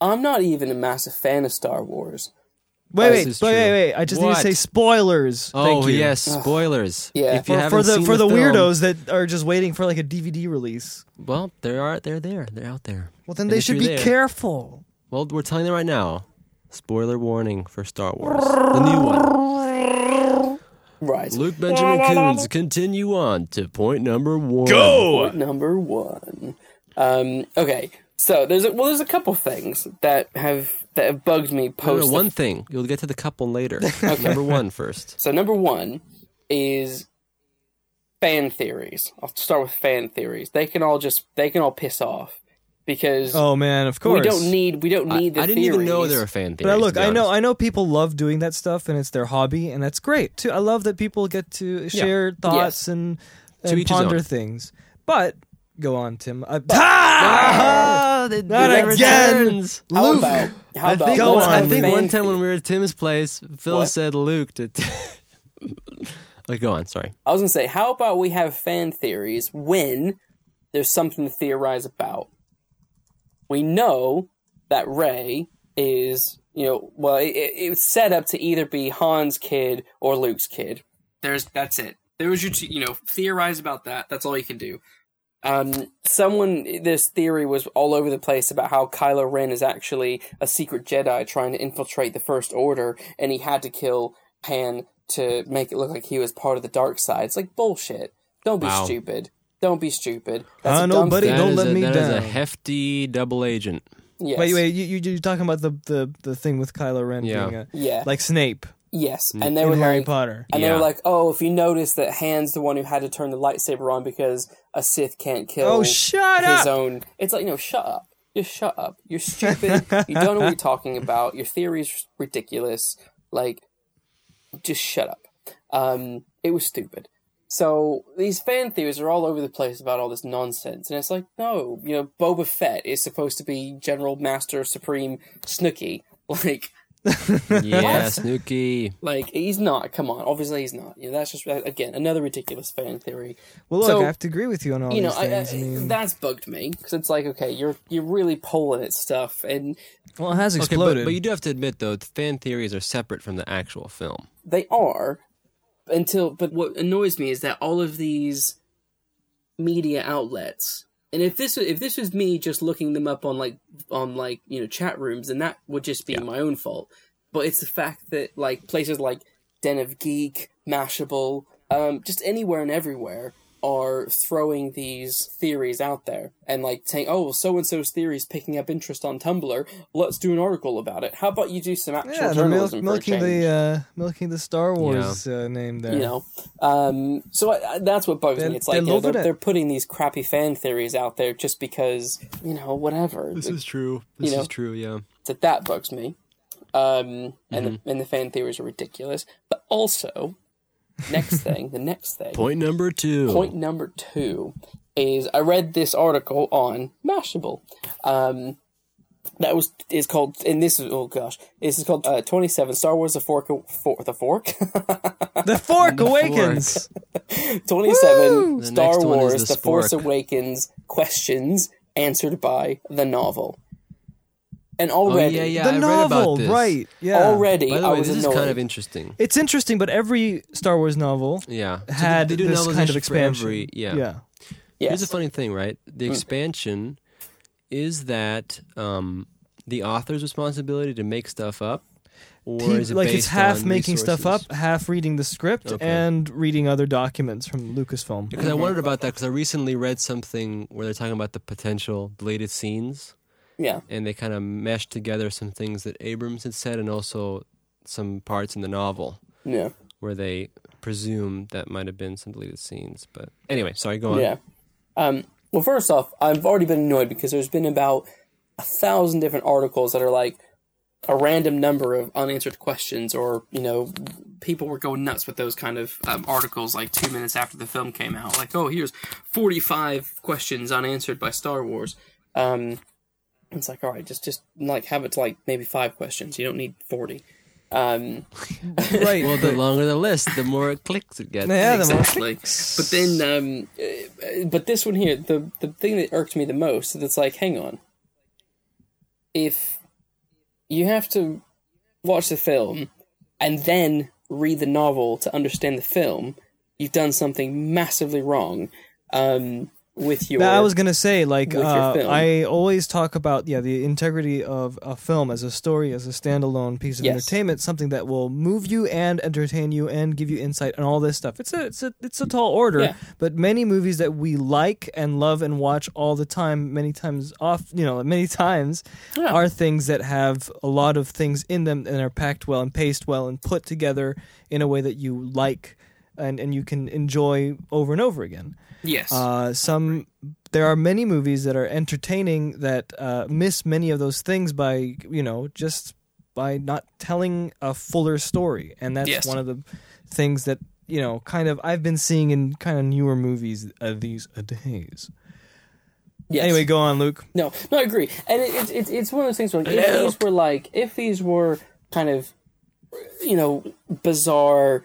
I'm not even a massive fan of Star Wars. wait, This wait, is wait, wait, true. wait. I just need What? to say spoilers. oh Thank you. yes, spoilers. Yeah. If you For- haven't for the seen for the, film, weirdos that are just waiting for like a DVD release. Well, they are. They're there. They're out there. Well, then And they if should you're be there- careful. Well, we're telling you right now. Spoiler warning for Star Wars, the new one. Right. Luke Benjamin Coons, continue on to point number one. Go! number one. Um, okay, so there's a, well, there's a couple things that have that have bugged me No, no, post. one thing. You'll get to the couple later. Number one first. so number one is fan theories. I'll start with fan theories. They can all just they can all piss off because Oh man, of course. we don't need we don't I, need the I didn't even know theories. there were fan theories. But I look, to be I know, honest. I know people love doing that stuff, and it's their hobby, and that's great too. I love that people get to share thoughts and, and each his ponder own. things. But go on, Tim. I, Oh, Ah! not never again, returns. How Luke. about how I about think, Go one, let's on, I have think fan one time the- when we were at Tim's place, Phil What? said Luke to. T- like, go on. Sorry. I was gonna say, how about we have fan theories when there's something to theorize about? We know that Ray is, you know, well, it, it, it's set up to either be Han's kid or Luke's kid. There's that's it. There was your, two- you know, theorize about that. That's all you can do. Um, someone, this theory was all over the place about how Kylo Ren is actually a secret Jedi trying to infiltrate the First Order, and he had to kill Pan to make it look like he was part of the dark side. It's like bullshit. Don't be Wow. stupid. Don't be stupid. That's I a know, dumb Uh, buddy. thing. Don't That is let a, me that is a down. hefty double agent. Yes. Wait, wait. You, you you're talking about the the the thing with Kylo Ren Yeah. being a, Yeah. like Snape yes. And they Mm. in were Harry like, Potter. and they Yeah. were like, oh, if you notice that Han's the one who had to turn the lightsaber on because a Sith can't kill. Oh, shut up! his own. It's like, no, shut up. Just shut up. You're stupid. you don't know what you're talking about. Your theory's ridiculous. Like, just shut up. Um, it was stupid. So these fan theories are all over the place about all this nonsense, and it's like, no, you know, Boba Fett is supposed to be General Master Supreme Snooky. Like, Yeah, Snooky. like he's not. Come on, obviously he's not. You know, that's just again another ridiculous fan theory Well, look, So, I have to agree with you on all you know, these I, I, things. I, mean, that's bugged me because it's like, okay, you're you're really pulling at stuff, and well, it has Okay, but, exploded. but you do have to admit, though, the fan theories are separate from the actual film. they are until. But what annoys me is that all of these media outlets And if this if this was me just looking them up on like on like you know chat rooms, then that would just be my own fault. But it's the fact that like places like Den of Geek, Mashable, um, just anywhere and everywhere are throwing these theories out there and like saying, "Oh, so and so's theory is picking up interest on Tumblr. Let's do an article about it. How about you do some actual Yeah, they're mil- journalism for a milking change?" the uh, milking the Star Wars uh, name there. you know um so I, I, that's what bugs They- me it's they like you know, love they're, it. they're putting these crappy fan theories out there just because you know whatever This is true. This know. is true. Yeah. that that bugs me um and the, and the fan theories are ridiculous but also next thing the next thing Point number two. point number two is I read this article on Mashable. Um, that was is called, and this is oh gosh, this is called uh, twenty seven Star Wars the fork for, the fork The Fork Awakens. twenty seven The Star next one is Wars the the, Force spork. Awakens questions answered by the novel, and already Oh, yeah, yeah. the I read about novel, this. right? Yeah. already By the I way, was this is annoyed. kind of interesting. It's interesting, but every Star Wars novel Yeah. So they- had they do this kind novelization of for expansion. every- yeah. yeah. yes. Here's the funny thing, right? Mm. The expansion is that um, the author's responsibility to make stuff up, or He- is it like it's based half on making stuff resources? up, half reading the script, Okay. and reading other documents from Lucasfilm. Because I wondered about that because I recently read something where they're talking about the potential deleted scenes, yeah and they kind of meshed together some things that Abrams had said and also some parts in the novel yeah where they presume that might have been some deleted scenes. But anyway, sorry, go on. Yeah. Um, well, first off, I've already been annoyed because there's been about a thousand different articles that are like a random number of unanswered questions, or you know, people were going nuts with those kind of um, articles like two minutes after the film came out. Like, oh, here's 45 questions unanswered by Star Wars. Um, it's like, all right, just just like have it to like maybe five questions. You don't need 40. Um, right. Well, the longer the list, the more clicks it gets. yeah, the most- exactly. But then, um, uh, but this one here, the the thing that irked me the most is it's like, hang on, if you have to watch the film and then read the novel to understand the film, you've done something massively wrong um, with your. Now, I was gonna say, like, with your uh, film. I always talk about yeah the integrity of a film as a story, as a standalone piece of Yes. entertainment, something that will move you and entertain you and give you insight and all this stuff. It's a it's a it's a tall order, Yeah. but many movies that we like and love and watch all the time, many times off, you know, many times, are things that have a lot of things in them and are packed well and paced well and put together in a way that you like. And, and you can enjoy over and over again. yes, Uh, some there are many movies that are entertaining that uh, miss many of those things by you know just by not telling a fuller story, and that's Yes. one of the things that you know kind of I've been seeing in kind of newer movies uh, these uh, days. yes. Anyway, go on, Luke. No, no, I agree. And it, it, it's it's one of those things where like, if these were like, if these were kind of, you know, bizarre,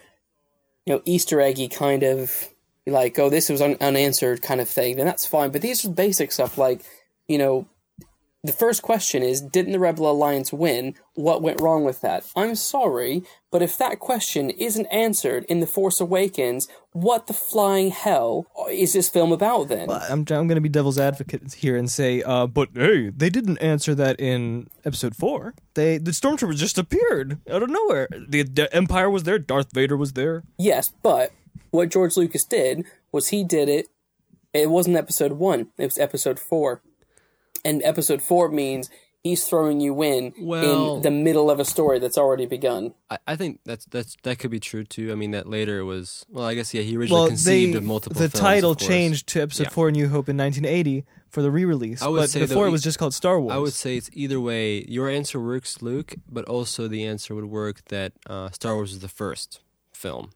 you know, Easter eggy kind of like, oh, this was un- unanswered kind of thing, then that's fine. But these are basic stuff like, you know, the first question is, didn't the Rebel Alliance win? What went wrong with that? I'm sorry, but if that question isn't answered in The Force Awakens, what the flying hell is this film about then? I'm I'm going to be devil's advocate here and say, uh, but hey, they didn't answer that in episode four. They the stormtroopers just appeared out of nowhere. The, the Empire was there. Darth Vader was there. Yes, but what George Lucas did was he did it. It wasn't episode one; it was episode four, and episode four means he's throwing you in Well- in the middle of a story that's already begun. I, I think that's that's that could be true too. I mean, that later was well, I guess yeah, he originally conceived of multiple. the films, title of course. changed to episode Yeah. four new hope in 1980 for the re-release I would but say, though, before it e- was just called star wars I would say it's either way. Your answer works, Luke, but also the answer would work that uh, Star Wars is the first film.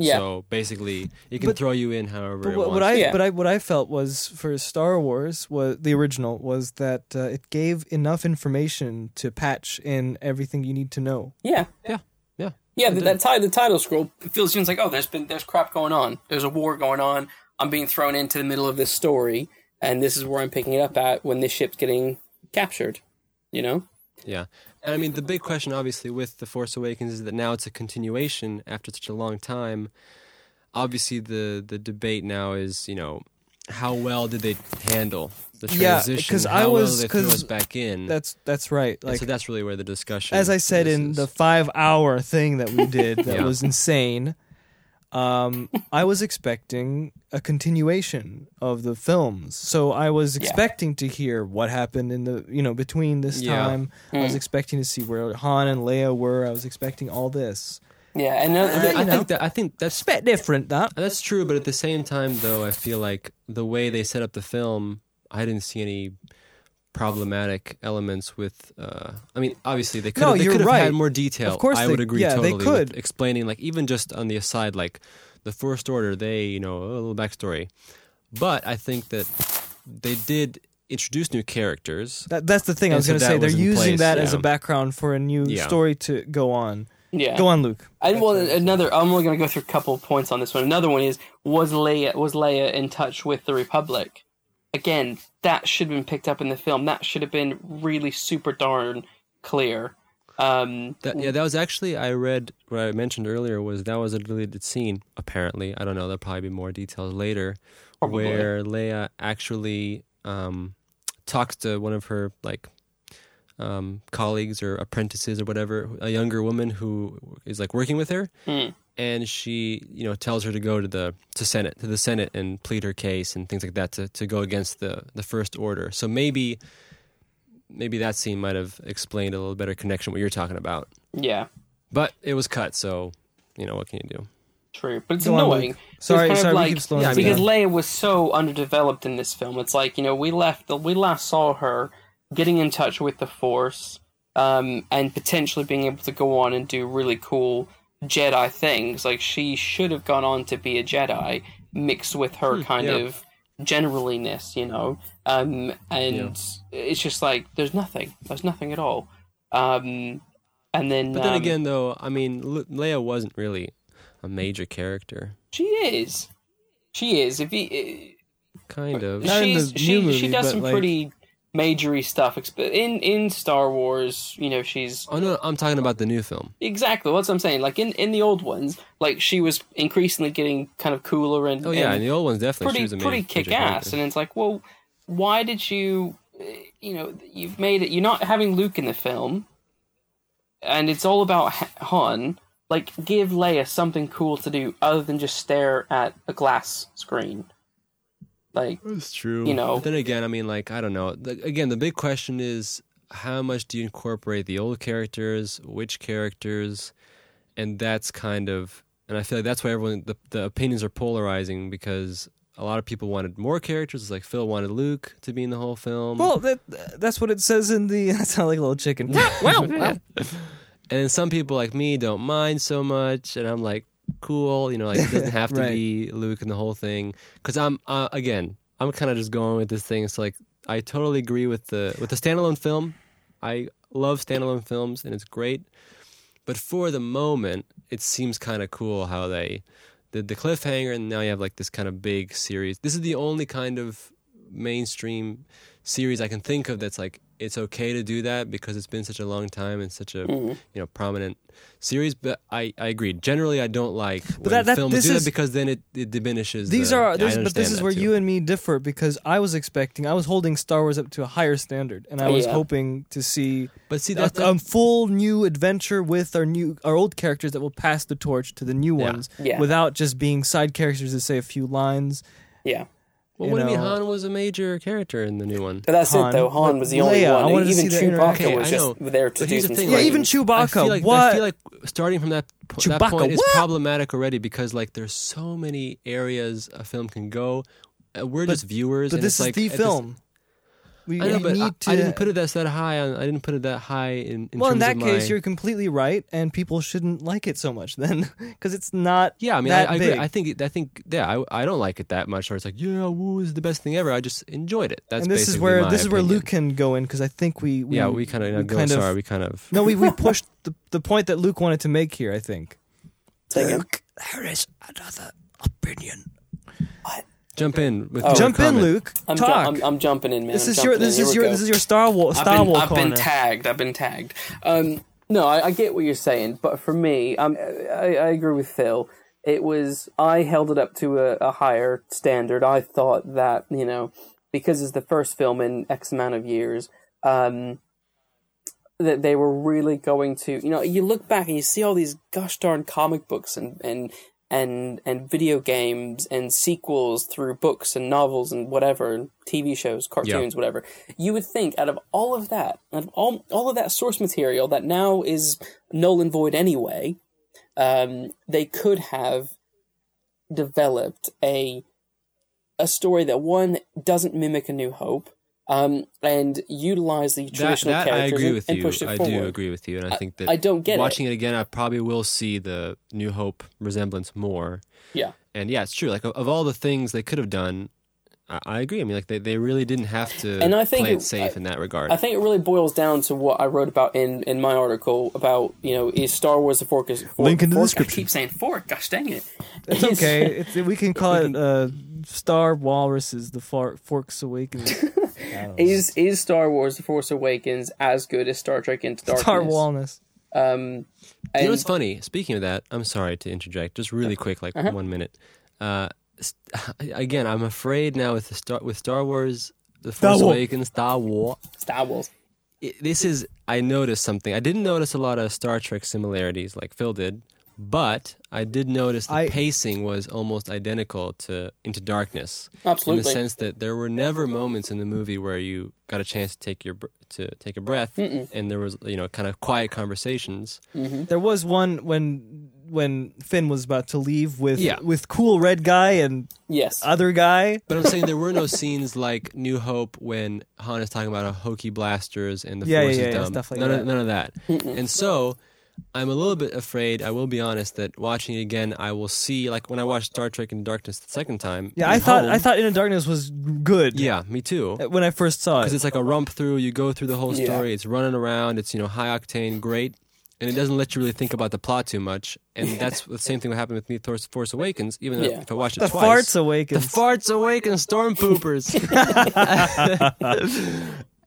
Yeah, So basically, it can throw you in however but it what, wants. what I Yeah. but I what I felt was for Star Wars was the original was that uh, it gave enough information to patch in everything you need to know. yeah, yeah, yeah. yeah. That, that ti- the title scroll feels it's like oh, there's been there's crap going on. There's a war going on. I'm being thrown into the middle of this story, and this is where I'm picking it up at when this ship's getting captured. You know? Yeah. And I mean, the big question, obviously, with The Force Awakens is that now it's a continuation after such a long time. Obviously, the, the debate now is, you know, how well did they handle the Yeah, transition? 'cause how I well was- did they threw 'cause us back in. That's that's right. And Like so that's really where the discussion. as I said in is. the five hour thing that we did that Yeah. was insane. Um, I was expecting a continuation of the films, so I was Yeah. expecting to hear what happened in the you know between this Yeah. Mm. time. I was expecting to see where Han and Leia were. I was expecting all this. Yeah, and uh, then- I, think- I you know. think that I think that's It's a bit different, that that's true, but at the same time, though, I feel like the way they set up the film, I didn't see any problematic elements with. Uh, I mean, obviously they could. No, have, they you're could have right. had more detail. Of course I they- would agree yeah, they totally. with could. explaining like even just on the aside, like the First Order, they you know a little backstory, but I think that they did introduce new characters. That, that's the thing I And was so going to that say. They're was in using place, that as a yeah. background for a new Yeah. story to go on. yeah. Go on, Luke. And well, another. I'm only going to go through a couple of points on this one. Another one is was Leia was Leia in touch with the Republic? Again, that should have been picked up in the film. That should have been really super darn clear. Um, That, yeah, that was actually I read what I mentioned earlier was that was a deleted scene. Apparently, I don't know. There'll probably be more details later, Probably. where Leia actually um, talks to one of her like um, colleagues or apprentices or whatever, a younger woman who is like working with her, Mm. and she you know tells her to go to the to Senate to the Senate and plead her case and things like that to to go against the the First Order. So maybe. Maybe that scene might have explained a little better connection what you're talking about. yeah, But it was cut, so you know what can you do? true. But it's Go on, annoying. Luke. Sorry, it's kind sorry, of we like keep slowing yeah, us mean- because down. Leia was so underdeveloped in this film. It's like you know we left we last saw her getting in touch with the Force um, and potentially being able to go on and do really cool Jedi things. Like she should have gone on to be a Jedi mixed with her Hmm, kind yeah. of generaliness, you know. Um, and it's just like there's nothing. There's nothing at all. Um, and then, But then um, again, though, I mean, Le- Leia wasn't really a major character, she is. She is. If he, kind of. Not in she's, the she, new she movie, does but, some like- pretty majory stuff. exp- In in Star Wars, you know, she's Oh no, I'm talking about the new film. exactly what's I'm saying. Like in, in the old ones, like she was increasingly getting kind of cooler and Oh yeah, in and the old ones definitely she pretty was a ma- pretty major kick ass. character. And it's like, well, why did you, uh, you know, you've made it. You're not having Luke in the film, and it's all about Ha- Han. Like, give Leia something cool to do other than just stare at a glass screen. Like, That's true. you know, But then again, I mean, like I don't know. The, again, the big question is how much do you incorporate the old characters, which characters, and that's kind of. And I feel like that's why everyone the, the opinions are polarizing because a lot of people wanted more characters. It's like Phil wanted Luke to be in the whole film. Well, that, that's what it says in the. That's not like a little chicken. And then some people like me don't mind so much, and I'm like, cool, you know, like it doesn't have to Right. be Luke and the whole thing. Because I'm uh, again, I'm kind of just going with this thing. So like, I totally agree with the with the standalone film. I love standalone films, and it's great. But for the moment, it seems kind of cool how they did the cliffhanger, and now you have like this kind of big series. This is the only kind of mainstream series I can think of that's like it's okay to do that because it's been such a long time and such a Mm-hmm. you know prominent series. But I I agree. Generally, I don't like when that- that- films this do is- that because then it, it diminishes. These the, I are, this, but this understand is that where too. you and me differ because I was expecting, I was holding Star Wars up to a higher standard, and I was Yeah. hoping to see But see a, that's a full new adventure with our new, our old characters that will pass the torch to the new Yeah. ones, Yeah. without just being side characters that say a few lines. yeah. well, you what do you mean know- Han was a major character in the new one? But that's Han. it, though. Han But was the only Leia, I one. wanted to even see their Chewbacca interaction. was I just know. there to But do here's some the thing, Yeah, like- even Chewbacca. I feel like, what? I feel like starting from that, po- that Chewbacca, point is what? problematic already because like there's so many areas a film can go. Uh, We're just viewers. but and this it's is like, the at this- film. We I know, but need I, to. I didn't put it as that high. On, I didn't put it that high in, in well, terms in that of case, my- you're completely right, and people shouldn't like it so much then, because it's not. Yeah, I mean, I, that I agree. big. I think, it- I think, yeah, I, I don't like it that much. Or it's like, yeah, woo is the best thing ever. I just enjoyed it. That's and this is basically where my this is where opinion. Luke can go in because I think we, we yeah, we kind of. kind of- Sorry, we kind of. no we we pushed the, the point that Luke wanted to make here. I think Luke, there is another opinion. Jump in with. Oh. your jump comment. in, Luke. I'm, ju- Talk. I'm, I'm jumping in, man. this I'm is your jumping in. this Here is we your go. this is your Star Wars I've Star been, Wars I've corner. been tagged. I've been tagged. Um, no, I, I get what you're saying, but for me, um, I, I agree with Phil. it was I held it up to a, a higher standard. I thought that you know because it's the first film in X amount of years um, that they were really going to you know you look back and you see all these gosh darn comic books and and and and video games and sequels through books and novels and whatever and TV shows, cartoons, whatever. You would think out of all of that, out of all all of that source material that now is null and void anyway, um, they could have developed a a story that one doesn't mimic a New Hope. Um, and utilize the That, traditional that I characters agree and, with and you. push it I forward. do agree with you, and I, think that I don't get it. watching it. again, I probably will see the New Hope resemblance more. Yeah. and yeah, it's true. Like of, of all the things they could have done, I, I agree. I mean, like they, they really didn't have to And I think play it- it safe in that regard. I think it really boils down to what I wrote about in, in my article about you know is Star Wars the fork is fork, Link in the fork? description. I keep saying fork. Gosh dang it! It's okay. It's, we can call it uh, Star Walrus is the far- Forks Awakening. is is Star Wars the Force Awakens as good as Star Trek Into Darkness? Star Walnus. Um, you and- know what's funny? Speaking of that, I'm sorry to interject, just really quick, like Uh-huh. one minute. Uh, s- again, I'm afraid now with the star with Star Wars, the Force Wars. Awakens, Star Wars. Star Wars. it- this is I noticed something. I didn't notice a lot of Star Trek similarities like Phil did, but I did notice the I- pacing was almost identical to Into Darkness. In the Absolutely. sense that there were never moments in the movie where you got a chance to take your br- to take a breath, and there was you know kind of quiet conversations. Mm-hmm. There was one when when Finn was about to leave with Yeah. with cool red guy and Yes. other guy. But I'm saying there were no scenes like New Hope when Han is talking about a hokey blasters and the Yeah, yeah, force yeah, yeah, is dumb. stuff like none, that. Of, none of that. and so I'm a little bit afraid, I will be honest, that watching it again, I will see, like when I watched Star Trek in Darkness the second time. Yeah, at I thought home- I thought Inner Darkness was good. Yeah, me too. When I first saw Because it, it's like a romp through, you go through the whole Yeah. story, it's running around, it's, you know, high octane, great. And it doesn't let you really think about the plot too much. And that's the same thing that happened with me, Thor- Force Awakens, even though Yeah. if I watched it the twice. farts awakens. The farts awaken storm poopers.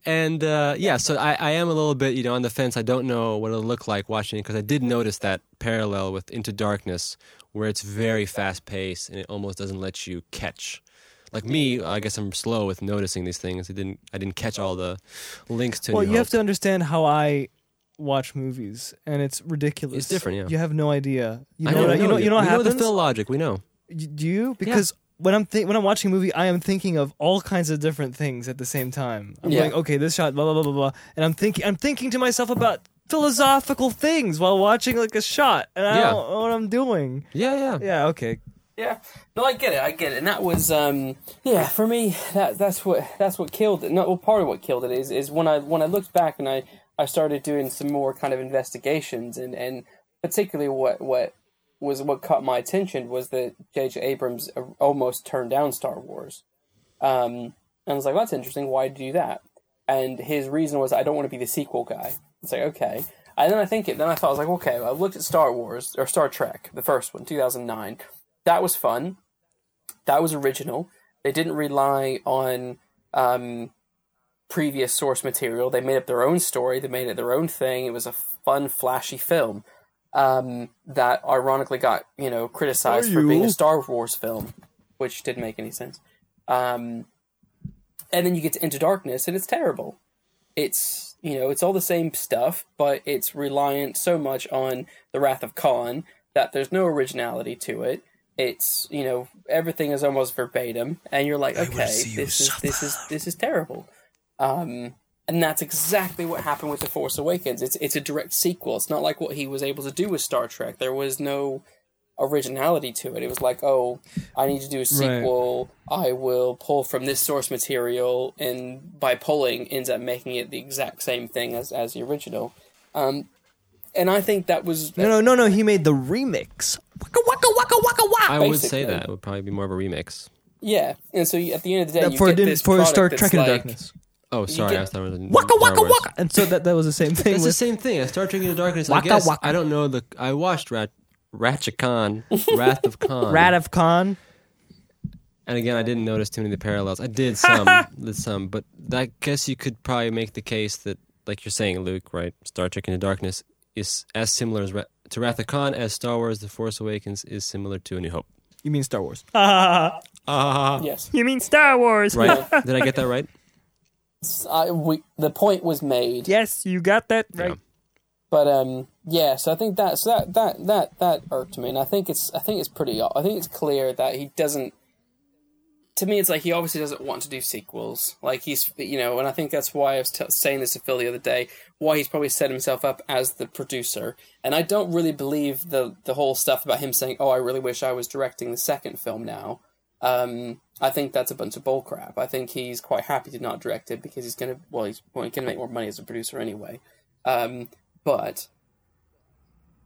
and uh, yeah, so I, I am a little bit, you know, on the fence. I don't know what it'll look like watching it because I did notice that parallel with Into Darkness, where it's very fast paced and it almost doesn't let you catch. Like me, I guess I'm slow with noticing these things. I didn't, I didn't catch all the links to. well, New you have Hope. to understand how I watch movies, and it's ridiculous. It's different, yeah. You have no idea. You I know, know, you know, you know what we know the happens. Phil logic. We know. Y- Do you? Because when I'm thi- when I'm watching a movie, I am thinking of all kinds of different things at the same time. I'm Yeah. like, okay, this shot, blah blah blah blah blah, and I'm thinking I'm thinking to myself about philosophical things while watching like a shot, and I Yeah. don't know what I'm doing. Yeah, yeah. Yeah, okay. Yeah, no, I get it. I get it. And that was, um, yeah, for me, that that's what that's what killed it. No, well, part of what killed it is is when I when I looked back and I I started doing some more kind of investigations and and particularly what what was what caught my attention was that J.J. Abrams uh, almost turned down Star Wars. Um, and I was like, well, that's interesting. Why do you do that? And his reason was, I don't want to be the sequel guy. It's like, okay. And then I think it. Then I thought I was like, okay. I looked at Star Wars or Star Trek, the first one, two thousand nine that was fun. That was original. They didn't rely on um, previous source material. They made up their own story. They made it their own thing. It was a fun, flashy film um, that ironically got you know criticized for being a Star Wars film, which didn't make any sense. Um, and then you get to Into Darkness, and it's terrible. It's you know it's all the same stuff, but it's reliant so much on the Wrath of Khan that there's no originality to it. It's you know everything is almost verbatim, and you're like, okay, this is this is this is terrible. Um, and that's exactly what happened with The Force Awakens. It's it's a direct sequel. It's not like what he was able to do with Star Trek. There was no originality to it. It was like, oh, I need to do a sequel. I will pull from this source material, and by pulling, ends up making it the exact same thing as as the original. Um, and I think that was No, no, no, no. He made the remix. I would say Basically. that it would probably be more of a remix. yeah. And so you, at the end of the day, you for get didn't- this for product Star that's Trek Into like, Darkness. Oh, sorry, get- I was talking about Waka Star waka Wars. waka. And so that that was the same thing. It's the with- same thing. I Star Trek Into Darkness. Waka I guess waka. I don't know the. I watched Rat, Ratchet Khan, Wrath of Khan, Rat of Khan. and again I didn't notice too many of the parallels. I did some, did some, but I guess you could probably make the case that, like you're saying, Luke, right? Star Trek Into Darkness is as similar as Ra- Taratha Khan as Star Wars: The Force Awakens is similar to A New Hope. You mean Star Wars? Ah, Yes. You mean Star Wars? right. Did I get that right? I, we, the point was made. Yes, you got that right. But um, yeah, so I think that's that that that that irked me, and I think it's I think it's pretty I think it's clear that he doesn't. To me, it's like he obviously doesn't want to do sequels. Like he's you know, and I think that's why I was t- saying this to Phil the other day. Why he's probably set himself up as the producer, and I don't really believe the the whole stuff about him saying, "Oh, I really wish I was directing the second film now." Um, I think that's a bunch of bull crap. I think he's quite happy to not direct it because he's gonna well, he's well, he's gonna make more money as a producer anyway. Um, but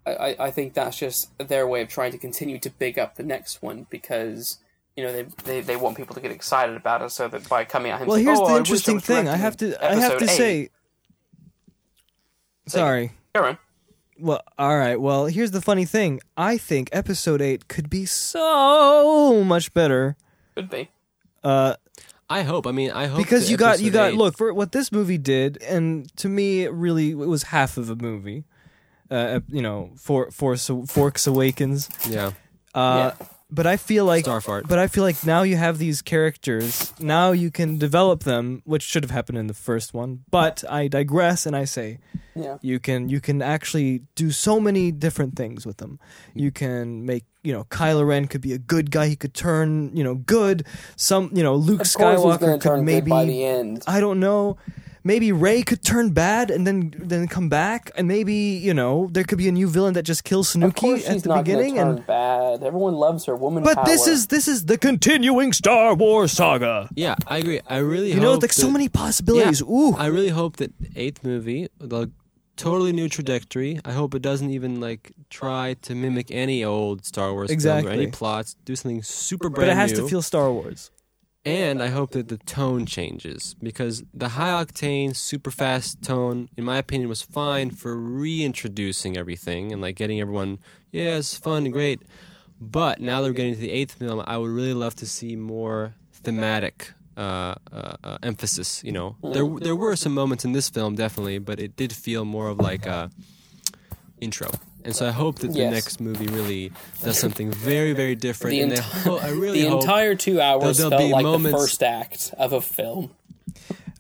I, I, I think that's just their way of trying to continue to big up the next one because you know they they, they want people to get excited about it so that by coming at him Well, saying, here's "Oh, the I wish interesting was thing. I directing have to. I have to episode say. eight." Sorry. Go on. Well, all right. Well, here's the funny thing. I think episode eight could be so much better. could be Uh, I hope. I mean, I hope because that you got you episode got eight- look for what this movie did and to me it really it was half of a movie uh, you know for force forks awakens Yeah, uh but i feel like Star fart. but i feel like now you have these characters now you can develop them which should have happened in the first one but i digress and i say yeah you can you can actually do so many different things with them. You can make you know Kylo Ren could be a good guy. He could turn you know good. Some you know Luke of course he's Skywalker going to could turn maybe good by the end I don't know. Maybe Ray could turn bad and then then come back, and maybe you know there could be a new villain that just kills of course Sanuki she's at the not beginning. going to turn And bad everyone loves her woman but this power. is this is the continuing Star Wars saga. yeah, I agree. I really You know, hope like so that- many possibilities. Ooh, I really hope that eighth movie, the totally new trajectory. I hope it doesn't even like try to mimic any old Star Wars film or Exactly. any plots. Do something super brand but it has new. to feel Star Wars. And I hope that the tone changes because the high octane, super fast tone, in my opinion, was fine for reintroducing everything and like getting everyone, yeah, it's fun, great. But now that we're getting to the eighth film, I would really love to see more thematic uh, uh, uh, emphasis. You know, there there were some moments in this film, definitely, but it did feel more of like a intro. And so I hope that the Yes. next movie really does something very, very different. The and I enti- ho- I really the hope- entire two hours there'll felt be like moments- the first act of a film.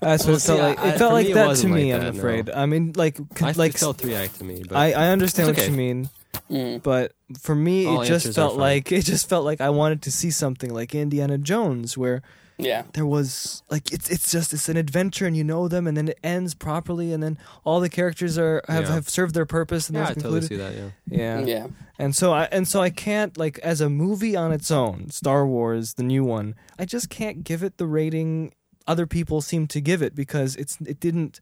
That's what it felt see, like. I- It felt for like me, it that to wasn't me. like that, I'm no. afraid. I mean, like I like like felt three act to me, but I, I understand It's what you okay. mean, Mm. but for me, All it just answers are felt fine. like it just felt like I wanted to see something like Indiana Jones, where Yeah, there was like it's it's just it's an adventure and you know them, and then it ends properly, and then all the characters are have, Yeah. have served their purpose and yeah, I they've totally concluded. see that. Yeah, yeah. yeah. and so I and so I can't like as a movie on its own, Star Wars, the new one, I just can't give it the rating other people seem to give it because it's it didn't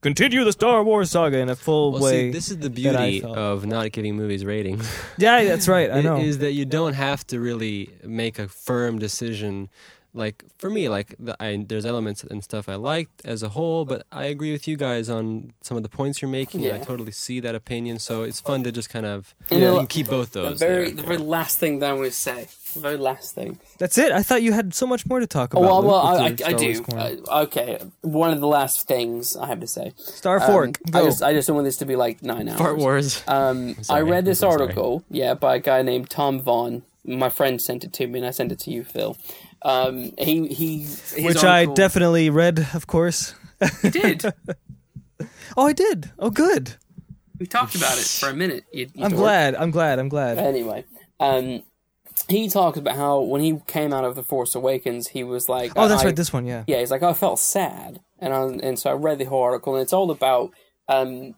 continue the Star Wars saga in a full well, way. see, this is the that I beauty felt. of not giving movies ratings. yeah, that's right. I It know. is that you don't have to really make a firm decision. Like for me, like the, I, there's elements and stuff I liked as a whole, but I agree with you guys on some of the points you're making. and I Yeah. totally see that opinion. So it's fun to just kind of You you know, can keep both The those. very, there. the very last thing that I would say, the very last thing, That's it. I thought you had so much more to talk about. Oh, well, Luke, well, with I, I, your I Star Wars do. corner. Uh, okay, one of the last things I have to say. Star Um, Fork. go. I just, I just don't want this to be like nine hours. Part Wars. Um, I sorry. read this I'm sorry. article, yeah, by a guy named Tom Vaughn. My friend sent it to me, and I sent it to you, Phil. Um, he he, his which I article- definitely read, of course. You did. Oh, I did. Oh, good. We talked about it for a minute. You, you I'm dork. glad. I'm glad. I'm glad. Anyway, um, he talks about how when he came out of the Force Awakens, he was like, Oh, that's I- right. This one, yeah. yeah, he's like, "Oh, I felt sad, and I, and so I read the whole article, and it's all about um,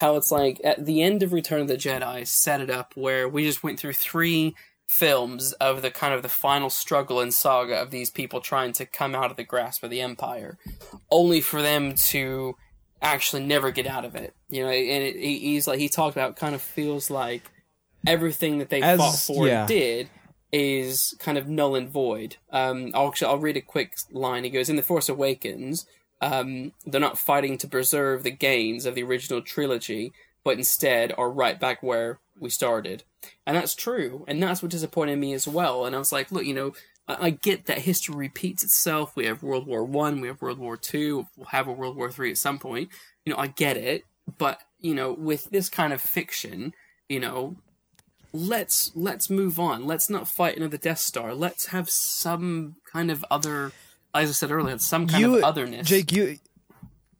how it's like at the end of Return of the Jedi set it up where we just went through three films of the kind of the final struggle and saga of these people trying to come out of the grasp of the Empire, only for them to actually never get out of it. You know, and it, he- he's like he talked about kind of feels like everything that they As- fought for yeah. and did is kind of null and void. Um, I'll actually I'll read a quick line. He goes, "In the Force Awakens, um, they're not fighting to preserve the gains of the original trilogy, but instead are right back where we started." And that's true, and that's what disappointed me as well. And I was like, "Look, you know." I I get that history repeats itself. We have World War One, we have World War Two, we'll have a World War Three at some point. You know, I get it, but you know, with this kind of fiction, you know, let's let's move on. Let's not fight another Death Star. Let's have some kind of other. As I said earlier, some kind you, of otherness. Jake, you,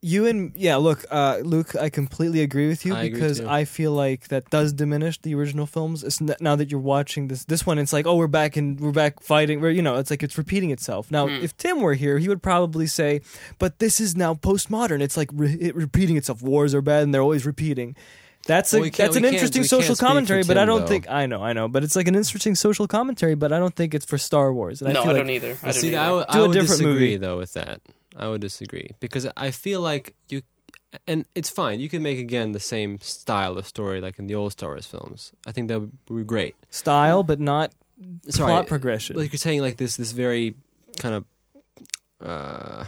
you and yeah, look, uh, Luke, I completely agree with you I agree because too. I feel like that does diminish the original films. It's n- now that you're watching this this one, it's like oh, we're back and we're back fighting. We're, you know, it's like it's repeating itself. Now, Hmm. if Tim were here, he would probably say, but this is now postmodern. It's like re- it repeating itself. Wars are bad, and they're always repeating. That's a, Well, we can't- that's an we can't- interesting we can't social speak for commentary, but I Tim, don't though. think I know, I know, but it's like an interesting social commentary, but I don't think it's for Star Wars. And no, I I, feel like don't either. I don't See, either. I would- I Do a would different disagree movie. though with that. I would disagree because I feel like you, and it's fine. You can make again the same style of story like in the old Star Wars films. I think that would be great. style, but not Sorry, plot progression. like you're saying, like this this very kind of uh,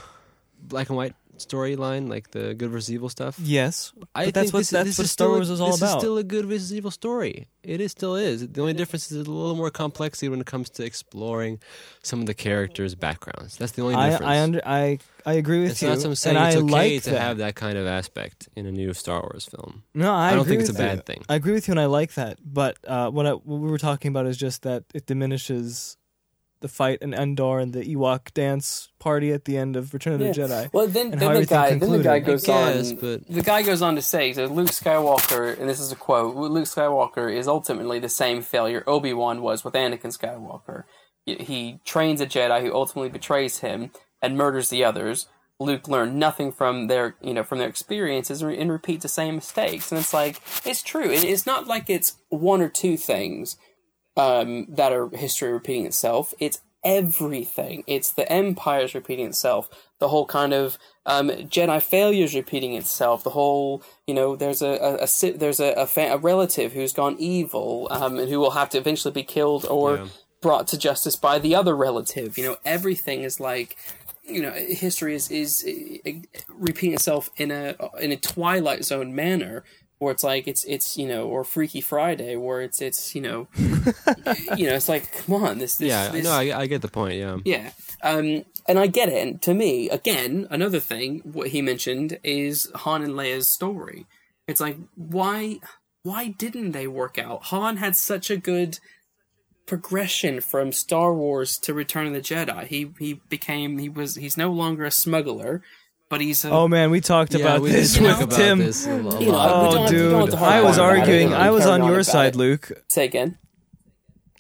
black and white storyline, like the good versus evil stuff. yes, I But that's think what- this, that's this what is Star still a- Wars is all this about. is still a good versus evil story. It is still is. The only difference is a little more complexity when it comes to exploring some of the characters' backgrounds. That's the only I difference. I, under, I I agree with it's you. not some saying and it's I okay like to that. have that kind of aspect in a new Star Wars film. No, I, don't agree think it's a with you. bad thing. I agree with you, and I like that. But uh, what I, what we were talking about is just that it diminishes the fight in Endor and the Ewok dance party at the end of Return of the Yeah. Jedi. Well, then, and then how the everything guy, then the concluded. guy goes guess, on. but- The guy goes on to say that Luke Skywalker, and this is a quote: Luke Skywalker is ultimately the same failure Obi Wan was with Anakin Skywalker. He- He trains a Jedi who ultimately betrays him and murders the others. Luke learned nothing from their, you know, from their experiences and, and repeats the same mistakes. And it's like it's true. It, it's not like it's one or two things um, that are history repeating itself. It's everything. It's the empires repeating itself. The whole kind of um, Jedi failures repeating itself. The whole you know there's a, a, a si- there's a, a, fa- a relative who's gone evil um, and who will have to eventually be killed or brought to justice by the other relative. You know everything is like you know history is is uh, repeating itself in a in a twilight zone manner where it's like it's it's you know or freaky friday where it's it's you know you know it's like come on this, this Yeah, this, no, I, I get the point. Yeah, yeah. Um, and I get it. And to me, again, another thing what he mentioned is Han and Leia's story. It's like why why didn't they work out? Han had such a good progression from Star Wars to Return of the Jedi. He he became he was he's no longer a smuggler, but he's a Oh man, we talked Yeah, about we did this talk with about Tim. this a lot. You know, we don't Oh have to- we don't have dude, to harp I was on about it. arguing. I was Carry on on your about side, it. Luke. say again.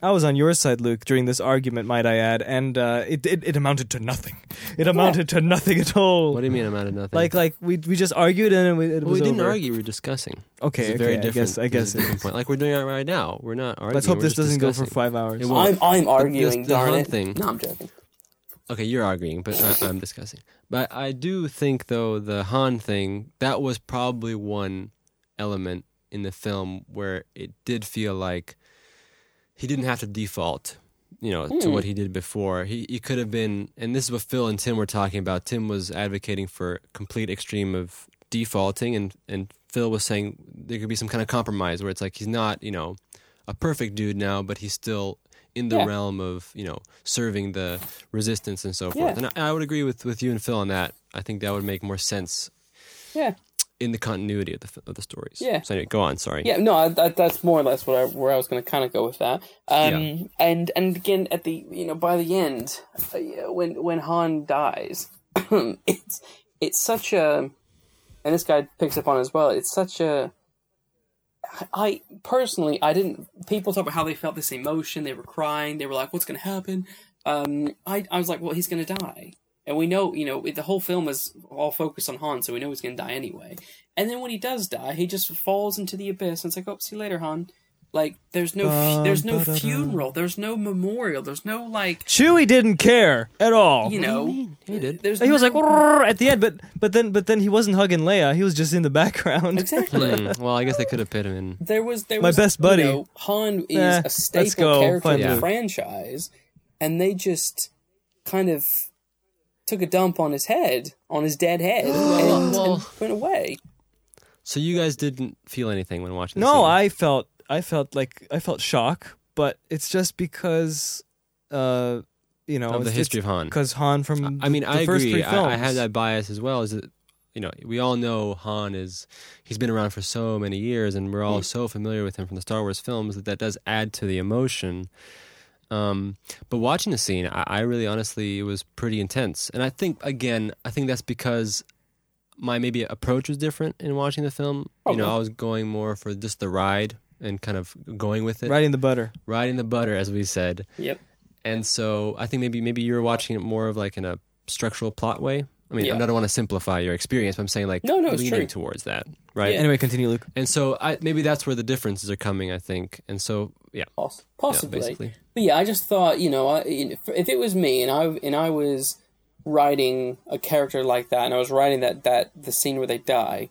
I was on your side, Luke, during this argument, might I add, and uh, it, it it amounted to nothing. It amounted to nothing at all. What do you mean? I'm out of nothing. like like we we just argued and then we, it well, was we didn't over. argue. We were discussing. Okay, It's a okay, very I different. guess I this is guess a it different is. point. Like we're doing it right now. We're not arguing. Let's hope we're this just doesn't go for discussing. five hours. It won't. I'm I'm arguing. arguing, the darn darn Han it. it. thing- No, I'm joking. Okay, you're arguing, but I, I'm discussing. But I do think though the Han thing that was probably one element in the film where it did feel like he didn't have to default, you know, to Hmm. what he did before. He he could have been, and this is what Phil and Tim were talking about. Tim was advocating for complete extreme of defaulting, and and Phil was saying there could be some kind of compromise where it's like he's not, you know, a perfect dude now, but he's still in the Yeah. realm of you know serving the resistance and so forth. Yeah. And I, I would agree with with you and Phil on that. I think that would make more sense Yeah. in the continuity of the f- of the stories. Yeah. So anyway, go on. Sorry. Yeah, no, I, that, that's more or less what I, where I was going to kind of go with that. Um, And and again, at the you know by the end, uh, yeah, when when Han dies, it's it's such a, and this guy picks up on it as well. It's such a. I personally, I didn't. People talk about how they felt this emotion. They were crying. They were like, "What's going to happen?" Um, I I was like, "Well, he's going to die." And we know, you know, the whole film is all focused on Han, so we know he's going to die anyway. And then when he does die, he just falls into the abyss, and it's like, "Oh, see you later, Han." Like, there's no, Bum, there's no ba-da-dum. funeral, there's no memorial, there's no like, Chewie didn't care at all. you know, He did. there's he was no- like "Rrrr" at the end, but but then but then he wasn't hugging Leia. He was just in the background. exactly. Mm, well, I guess they could have put him in. there was there My was, best you buddy. know, Han is Eh, a let's staple go, character of fun the Luke. franchise, and they just kind of took a dump on his head, on his dead head, and, and went away. So you guys didn't feel anything when watching. the no, scene. I felt I felt like I felt shock, but it's just because uh you know Of the history of Han. because Han from I mean, the I first agree. three I, I films. had that bias as well. Is that you know, we all know Han is he's been around for so many years, and we're all Mm. so familiar with him from the Star Wars films that that does add to the emotion. Um, but watching the scene, I, I really honestly it was pretty intense, and I think again, I think that's because my maybe approach was different in watching the film. You know, I was going more for just the ride and kind of going with it, Riding the butter. riding the butter, as we said. Yep. And so I think maybe maybe you're watching it more of like in a structural plot way. I mean, Yeah. I don't want to simplify your experience, but I'm saying like No, no, it's leaning true. towards that, right? Yeah. Anyway, continue, Luke. And so I, maybe that's where the differences are coming. I think, and so yeah, Poss- yeah possibly. basically, But yeah, I just thought, you know, I, you know, if it was me and I and I was writing a character like that, and I was writing that that the scene where they die.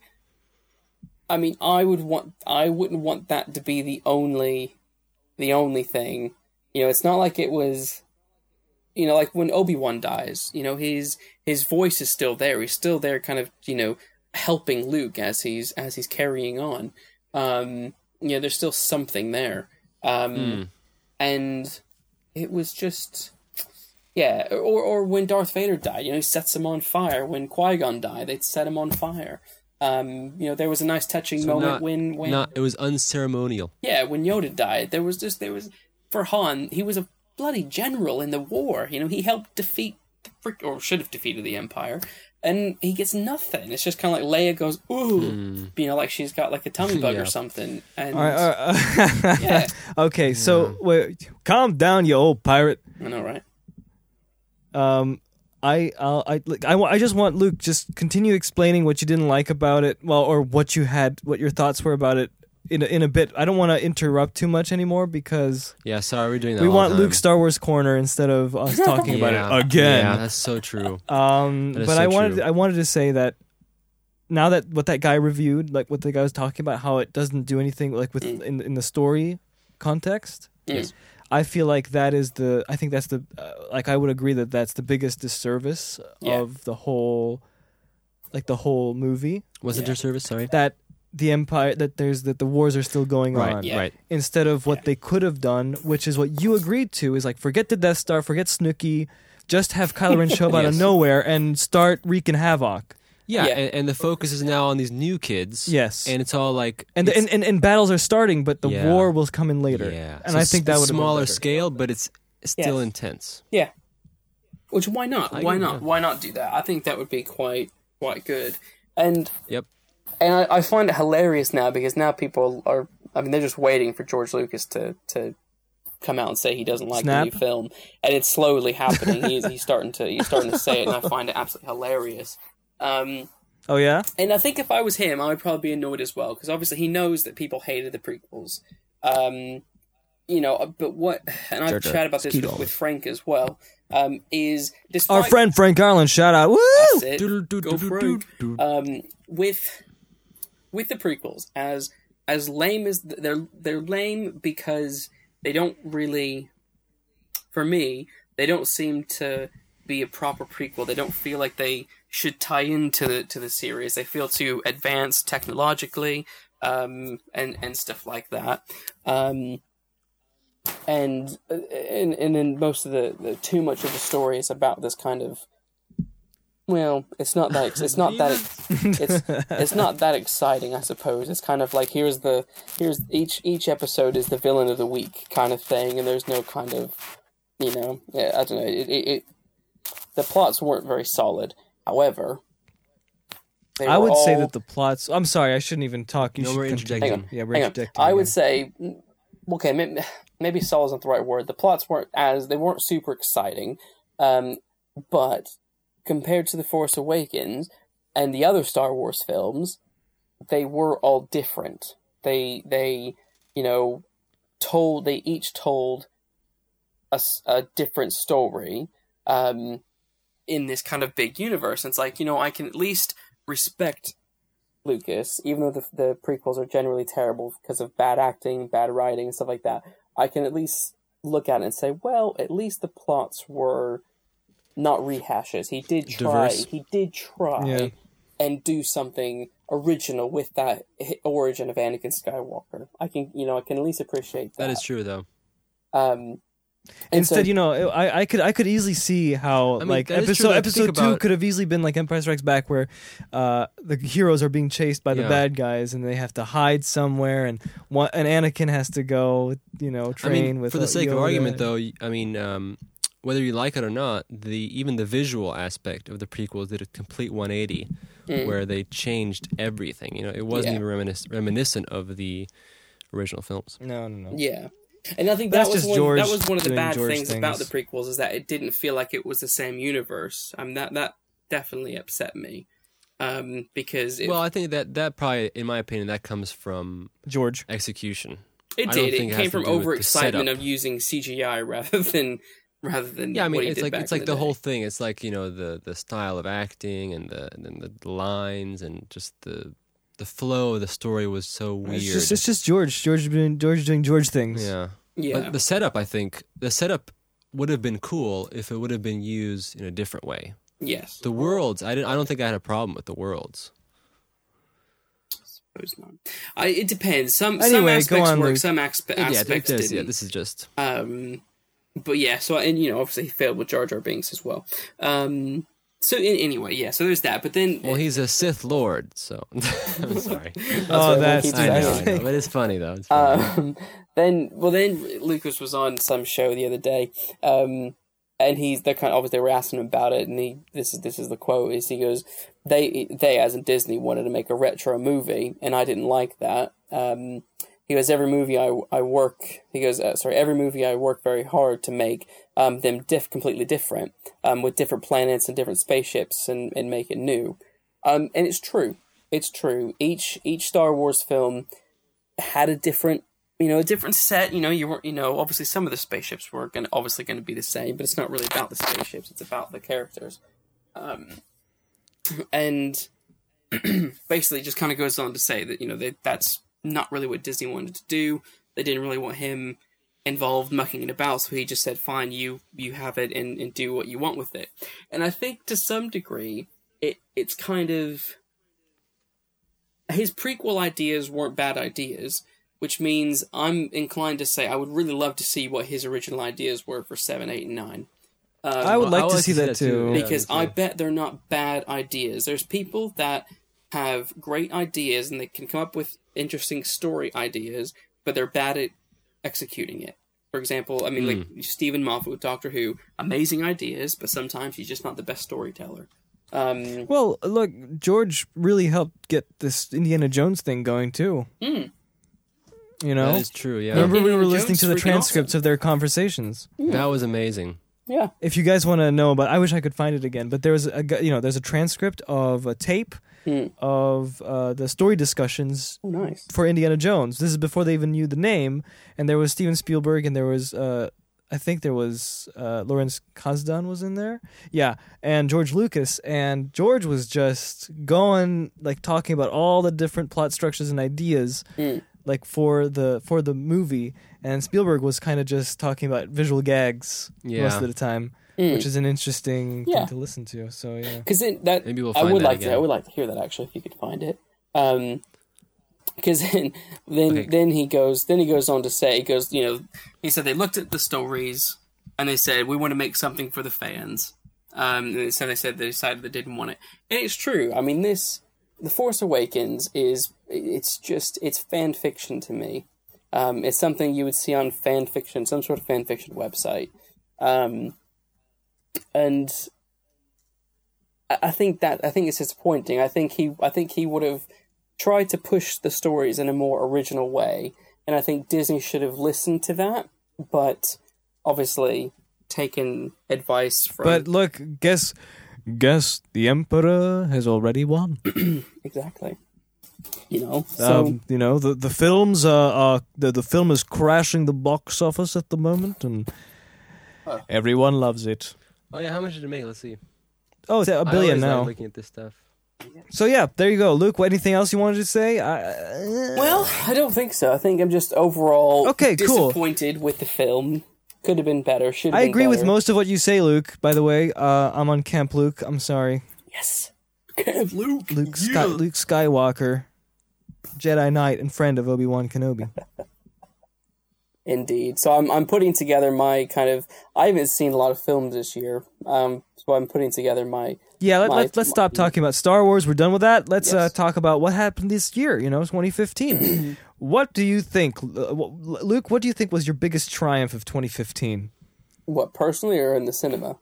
I mean, I would want, I wouldn't want that to be the only, the only thing. You know, it's not like it was, you know, like when Obi Wan dies. You know, his his voice is still there. He's still there, kind of, you know, helping Luke as he's as he's carrying on. Um, you know, there's still something there. Um, Hmm. and it was just yeah or or when Darth Vader died you know he sets him on fire when Qui-Gon died they set him on fire um you know there was a nice touching moment not- when when not it was unceremonial. yeah when Yoda died there was just there was for Han he was a bloody general in the war you know he helped defeat the frick or should have defeated the empire and he gets nothing it's just kind of like Leia goes ooh you know like she's got like a tummy bug Hmm. Yeah. or something and All right, all right. yeah Uh, okay, so wait, calm down, you old pirate. I know right Um, I I'll, I like, I wa- I just want Luke just continue explaining what you didn't like about it, well, or what you had, what your thoughts were about it in a, in a bit. I don't want to interrupt too much anymore because Yeah, sorry, we're doing that. we all want the time. Luke's Star Wars corner instead of us talking about Yeah, it again. Yeah, that's so true. Um, That but is I so wanted true. I wanted to say that now that what that guy reviewed, like what the guy was talking about, how it doesn't do anything like with in in the story context. Yes. I feel like that is the I think that's the uh, like I would agree that that's the biggest disservice Yeah. of the whole like the whole movie Was it your service? Sorry. that the empire that there's that the wars are still going on Right, Yeah. right. instead of what they could have done, which is what you agreed to, is like forget the Death Star, forget Snooky, just have Kylo Ren show up out of Yes. nowhere and start wreaking havoc. Yeah, Yeah. And, and the focus is now on these new kids. Yes. and it's all like And, it's- and, and and battles are starting, but the Yeah. war will come in later. Yeah, And So I it's think that would smaller have been better. scale, but it's still Yes. intense. Yeah. Which why not? I why agree, not? yeah. Why not do that? I think that would be quite quite good. And Yep. and I, I find it hilarious now because now people are I mean they're just waiting for George Lucas to to come out and say he doesn't like Snap. the new film, and it's slowly happening. he's, he's starting to he's starting to say it, and I find it absolutely hilarious. Um, Oh yeah, and I think if I was him, I would probably be annoyed as well because obviously he knows that people hated the prequels. Um, you know, but what? And I've chatted about this with, with Frank as well. Um, is our despite friend Frank Garland, shout out! Woo! that's it. Go Frank. Um, with with the prequels, as as lame as th- they're they're lame because they don't really, for me, they don't seem to be a proper prequel. They don't feel like they should tie into the to the series. They feel too advanced technologically, um, and and stuff like that. Um, and and and then most of the, the too much of the story is about this kind of well, it's not that ex- it's not that ex- it's it's not that exciting, I suppose. It's kind of like here's the here's each each episode is the villain of the week kind of thing, and there's no kind of you know yeah, I don't know it, it, it the plots weren't very solid. However, they I were would say all- that the plots. I'm sorry, I shouldn't even talk. You No, should we're continue. interjecting. Hang Yeah, we're Hang on. interjecting. I yeah. would say, mm, okay, maybe, maybe solid isn't the right word. The plots weren't as they weren't super exciting, um, but compared to the Force Awakens and the other Star Wars films, they were all different. They they you know told they each told a, s- a different story um, in this kind of big universe. And it's like you know I can at least respect Lucas, even though the, the prequels are generally terrible because of bad acting, bad writing, and stuff like that, I can at least look at it and say, well, at least the plots were not rehashes. He did try. Diverse. He did try Yeah. and do something original with that hi- origin of Anakin Skywalker. I can, you know, I can at least appreciate that. That is true, though. Um, And Instead, so- you know, I, I could I could easily see how mean, like that is episode true. I think episode two about- could have easily been like Empire Strikes Back, where uh, the heroes are being chased by the Yeah. bad guys and they have to hide somewhere, and one, and Anakin has to go, you know, I train mean, with for the uh, sake of Yoda. argument, though, y- I mean, um, whether you like it or not, the even the visual aspect of the prequels did a complete 180, Mm. where they changed everything. You know, it wasn't Yeah. even reminis- reminiscent of the original films. No, no, no. Yeah. And I think That's that was just one, George that was one of the doing bad George things, about the things. prequels is that it didn't feel like it was the same universe. I mean that that definitely upset me. Um because it, Well, I think that that probably, in my opinion, that comes from George. execution. it I don't did. think It it has came to from do with the overexcitement setup. of using CGI rather than rather than Yeah, I mean, what he it's did like back it's in like the, the, day. whole thing. It's like you know the the style of acting and the and then the lines and just the the flow of the story was so weird. It's just it's just George. George doing George doing George things. yeah. Yeah. But the setup, I think, the setup would have been cool if it would have been used in a different way. yes. The worlds, I didn't. I don't think I had a problem with the worlds. suppose not. I, it depends. Some some Anyway, go aspects on, work, Luke. some aspe- yeah, th- aspects this, didn't. yeah, this is just. Um, but yeah, so and you know, obviously he failed with Jar Jar Binks as well. Um, so in, anyway, yeah, so there's that. But then, Well, he's a Sith Lord, so I'm sorry. Oh, That's that's what I know, I nice. know, but it's funny though. It's funny. um, then well, then Lucas was on some show the other day, um, and he's they kind of obviously they were asking him about it, and he this is this is the quote is he goes they they as in Disney wanted to make a retro movie, and I didn't like that. Um, he goes every movie I I work he goes uh, sorry every movie I work very hard to make um, them diff completely different um, with different planets and different spaceships and and make it new, um, and it's true. It's true. Each each Star Wars film had a different you know a different set you know you weren't you know obviously some of the spaceships were going obviously going to be the same but it's not really about the spaceships it's about the characters um and basically just kind of goes on to say that you know they, that's not really what disney wanted to do they didn't really want him involved mucking it about so he just said fine you you have it and, and do what you want with it and i think to some degree it it's kind of his prequel ideas weren't bad ideas, which means I'm inclined to say I would really love to see what his original ideas were for 7, 8, and 9. Um, I would I like would to see that too. yeah. because me I too. bet they're not bad ideas. There's people that have great ideas and they can come up with interesting story ideas, but they're bad at executing it. For example, I mean, Hmm. like Stephen Moffat with Doctor Who, amazing ideas, but sometimes he's just not the best storyteller. Um, Well, look, George really helped get this Indiana Jones thing going too. You know, that is true. Yeah, Uh, Remember, we Hmm. Indiana were Jones listening to the freaking transcripts of their conversations. that was amazing. yeah, If you guys want to know about, I wish I could find it again. But there was a, gu- you know, there's a transcript of a tape Hmm. of uh, the story discussions oh, nice. for Indiana Jones. This is before they even knew the name, and there was Steven Spielberg, and there was, uh, I think there was uh, Lawrence Kasdan was in there, yeah, and George Lucas, and George was just going like talking about all the different plot structures and ideas. Like for the for the movie, and Spielberg was kind of just talking about visual gags most Yeah. of the time, which is an interesting Yeah. thing to listen to. So yeah, Because that Maybe we'll I find would that like to. again. I would like to hear that actually, if you could find it. Um, because then, then, Okay. then he goes. Then he goes on to say, he goes, you know, he said they looked at the stories and they said we want to make something for the fans. Um, and so they said they decided they didn't want it, and it's true. I mean, this the Force Awakens is it's just it's fan fiction to me. Um, it's something you would see on fan fiction, some sort of fan fiction website. Um, and I I think that I think it's disappointing. I think he I think he would have tried to push the stories in a more original way, and I think Disney should have listened to that, but obviously taken advice from but look, guess guess the Emperor has already won. exactly. You know, so um, you know the the films are, are the the film is crashing the box office at the moment, and everyone loves it. Oh yeah, how much did it make? Let's see. Oh, it's at a I always billion like now. looking at this stuff. so yeah, there you go, Luke. What, anything else you wanted to say? I, well, I don't think so. I think I'm just overall Okay, cool. disappointed with the film. Could have been better. Should have I been agree with better. most of what you say, Luke. By the way, uh, I'm on Camp Luke. I'm sorry, Yes. Okay, Luke. Luke, Sky- Luke Skywalker, Jedi Knight, and friend of Obi Wan Kenobi. Indeed. So I'm I'm putting together my kind of I haven't seen a lot of films this year. Um so I'm putting together my Yeah, let, My- let, let's stop talking about Star Wars. We're done with that. Let's uh, Yes. talk about what happened this year, you know, 2015. what do you think, uh, wh- Luke, what do you think was your biggest triumph of 2015? what personally or in the cinema.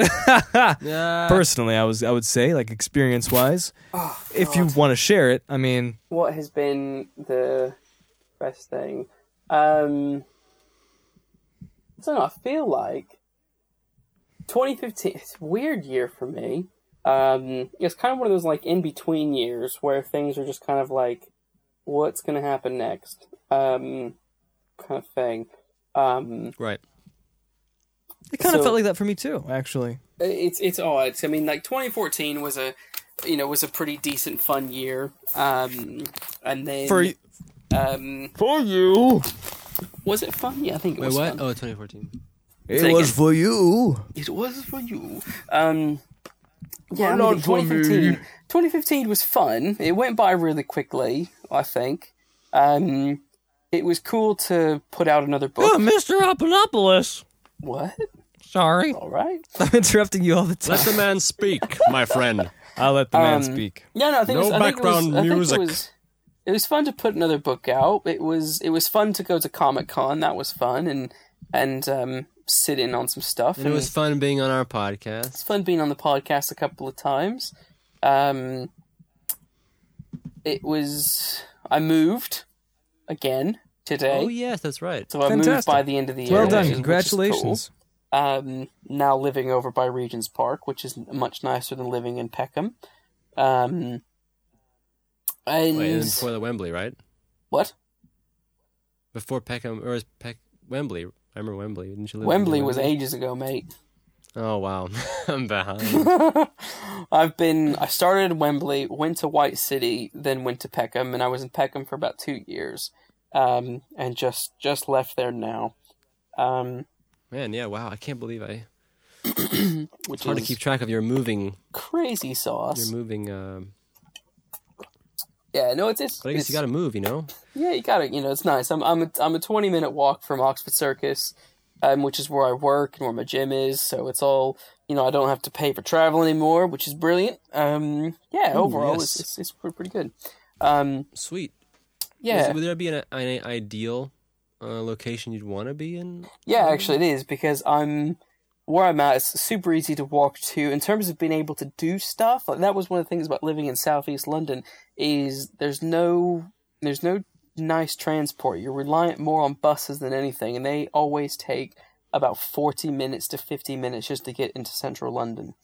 Uh, Personally, I was I would say like experience wise, Oh, if you want to share it. I mean, What has been the best thing? Um I don't know, I feel like 2015 it's a weird year for me. Um it's kind of one of those like in between years where things are just kind of like what's gonna happen next? Um kind of thing. Um Right. it kind of So- felt like that for me too, actually. it's it's odd. I mean, like 2014 was a you know was a pretty decent fun year. Um, and then For um, for you, was it fun? Yeah, I think it Wait, was what? fun. Oh, 2014. it Take was it. for you. It was for you. Um, yeah, I mean, not like, for me? 2015. 2015 was fun. It went by really quickly. I think. Um, it was cool to put out another book. Mr. Appanopoulos. What? Sorry, All right. I'm interrupting you all the time. Let the man speak, my friend. I'll let the man Um, speak. Yeah, no, I No think it was, I think background it was, I music. think it was, it was fun to put another book out. It was it was fun to go to Comic Con. That was fun, and and um, sit in on some stuff. And it was fun being on our podcast. it's fun being on the podcast a couple of times. Um, it was I moved again today, Oh, yes, that's right. so I moved Fantastic. by the end of the year. Well which done, is- which is cool congratulations. um, now living over by Regent's Park, which is much nicer than living in Peckham. Um, and Wait, and before the Wembley, right? what? Before Peckham, or is Peck Wembley? I remember Wembley. Didn't you live in Wembley was ages ago, mate. Oh wow, I'm behind. I've been. I started in Wembley, went to White City, then went to Peckham, and I was in Peckham for about two years, um, and just just left there now. Um, Man, yeah, wow. I can't believe I. which It's hard to is keep track of your moving. crazy Your sauce. moving. Um, Yeah, no, it's it's. but I guess it's- you got to move, you know. Yeah, you gotta, you know, it's nice. I'm, I'm, a, I'm a 20 minute walk from Oxford Circus, um, which is where I work and where my gym is. So it's all, you know, I don't have to pay for travel anymore, which is brilliant. Um, yeah, overall, yes. it's, it's, it's pre- pretty good. Um, Sweet. Is- yeah, would there be an, an ideal uh, location you'd want to be in? yeah, actually, it is because I'm where I'm at. It's super easy to walk to in terms of being able to do stuff. Like that was one of the things about living in Southeast London is there's no, there's no nice transport. You're reliant more on buses than anything, and they always take about 40 minutes to 50 minutes just to get into central London.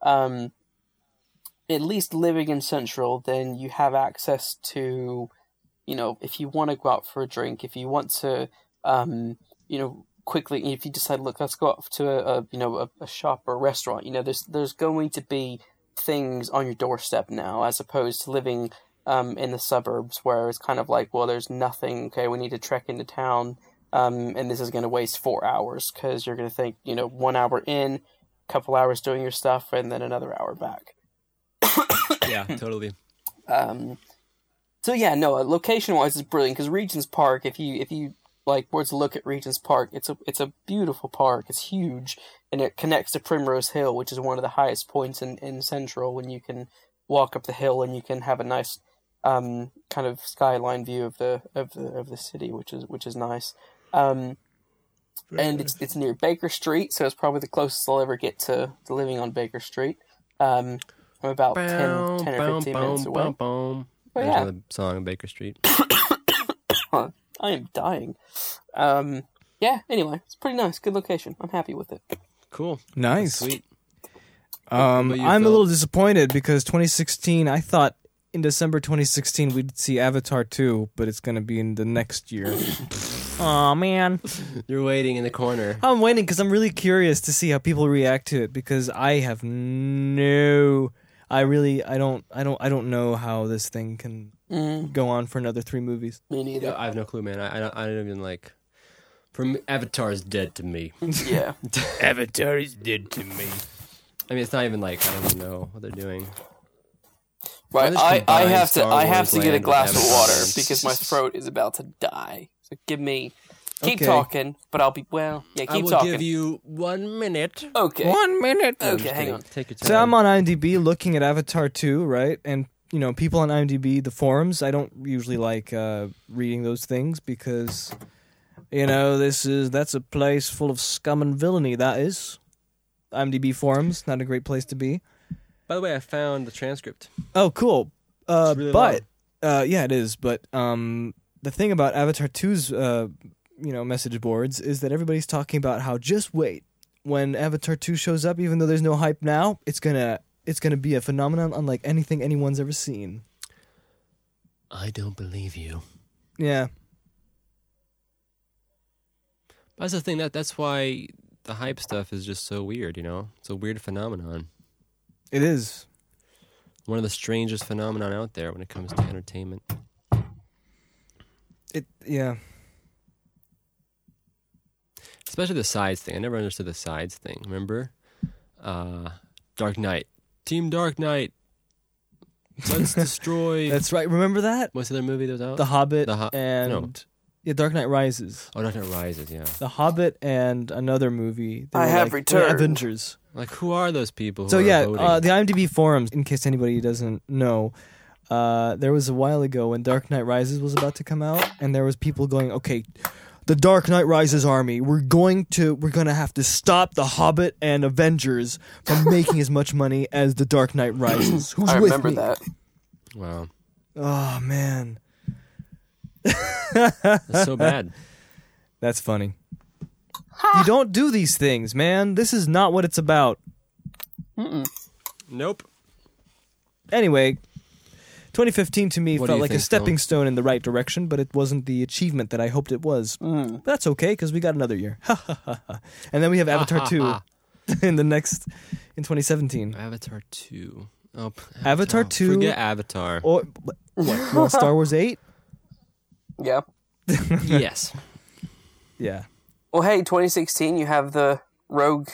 Um, at least living in central, then you have access to, you know, if you want to go out for a drink, if you want to, um, you know, quickly, if you decide, look, let's go out to a, a you know, a, a shop or a restaurant, you know, there's, there's going to be things on your doorstep now, as opposed to living um, in the suburbs where it's kind of like, well, there's nothing. Okay, we need to trek into town, um, and this is going to waste four hours because you're going to think, you know, one hour in, couple hours doing your stuff, and then another hour back. yeah, totally. Um, so yeah, no, location wise, it's brilliant because Regent's Park. If you if you like were to look at Regent's Park, it's a it's a beautiful park. It's huge, and it connects to Primrose Hill, which is one of the highest points in in Central. When you can walk up the hill and you can have a nice um, kind of skyline view of the of the of the city, which is which is nice. Um, and it's it's near Baker Street, so it's probably the closest I'll ever get to, to living on Baker Street. Um, I'm about 10, 10 or fifteen minutes away. boom. But There's yeah. another song, Baker Street. I am dying. Um, yeah. Anyway, it's pretty nice. Good location. I'm happy with it. Cool. Nice. Sweet. Um, What about you, I'm a Phil? little disappointed because 2016. I thought in December 2016 we'd see Avatar 2, but it's gonna be in the next year. oh man, You're waiting in the corner. I'm waiting because I'm really curious to see how people react to it because I have no. I really, I don't, I don't, I don't know how this thing can Mm, go on for another three movies. me neither. I have no clue, man. I I don't, I don't even like. From Avatar's dead to me. yeah. Avatar is dead to me. I mean, it's not even like I don't even know what they're doing. Right. just I, I combine have to Star I have Wars to get a land glass with of water Avatar? because my throat is about to die. So give me. Keep Okay. talking, but I'll be well. Yeah, I keep will talking. give you one minute. okay. One minute. Okay, hang on. Take your time. So I'm on IMDb looking at Avatar 2, right? And you know, people on IMDb, the forums. I don't usually like uh, reading those things because, you know, this is that's a place full of scum and villainy. That is IMDb forums, not a great place to be. By the way, I found the transcript. Oh, cool. Uh, It's really but uh, yeah, it is. But um, the thing about Avatar 2's uh, you know message boards is that everybody's talking about how just wait when Avatar 2 shows up, even though there's no hype now, it's gonna it's gonna be a phenomenon unlike anything anyone's ever seen. I don't believe you. Yeah, That's the thing. That that's why the hype stuff is just so weird. You know, it's a weird phenomenon. it is. One of the strangest phenomenon out there when it comes to entertainment. It yeah. especially the sides thing. I never understood the sides thing. Remember, uh, Dark Knight, Team Dark Knight. Let's destroy. That's right. Remember that What's the other movie that was out? the Hobbit The Ho- and no. yeah, Dark Knight Rises. oh, Dark Knight Rises. Yeah. The Hobbit and another movie. They I were have like- they were returned. Avengers. Like, who are those people? Who So are yeah, voting? uh, the IMDb forums. In case anybody doesn't know, uh, there was a while ago when Dark Knight Rises was about to come out, and there was people going, "Okay, the Dark Knight Rises army, we're going to, we're gonna have to stop the Hobbit and Avengers from making as much money as the Dark Knight Rises." Who's I with remember me? that. wow, Oh man, that's so bad. that's funny. you don't do these things, man. This is not what it's about. nope. anyway, 2015 to me What do felt you like a think, stepping stone in the right direction, but it wasn't the achievement that I hoped it was. Mm. But that's okay because we got another year. and then we have Avatar 2 in the next in 2017. Avatar two. Oh, p- Avatar 2 Forget Avatar. Or what? You want Star Wars 8? Yeah. yes. Yeah. Well, hey, 2016, you have the Rogue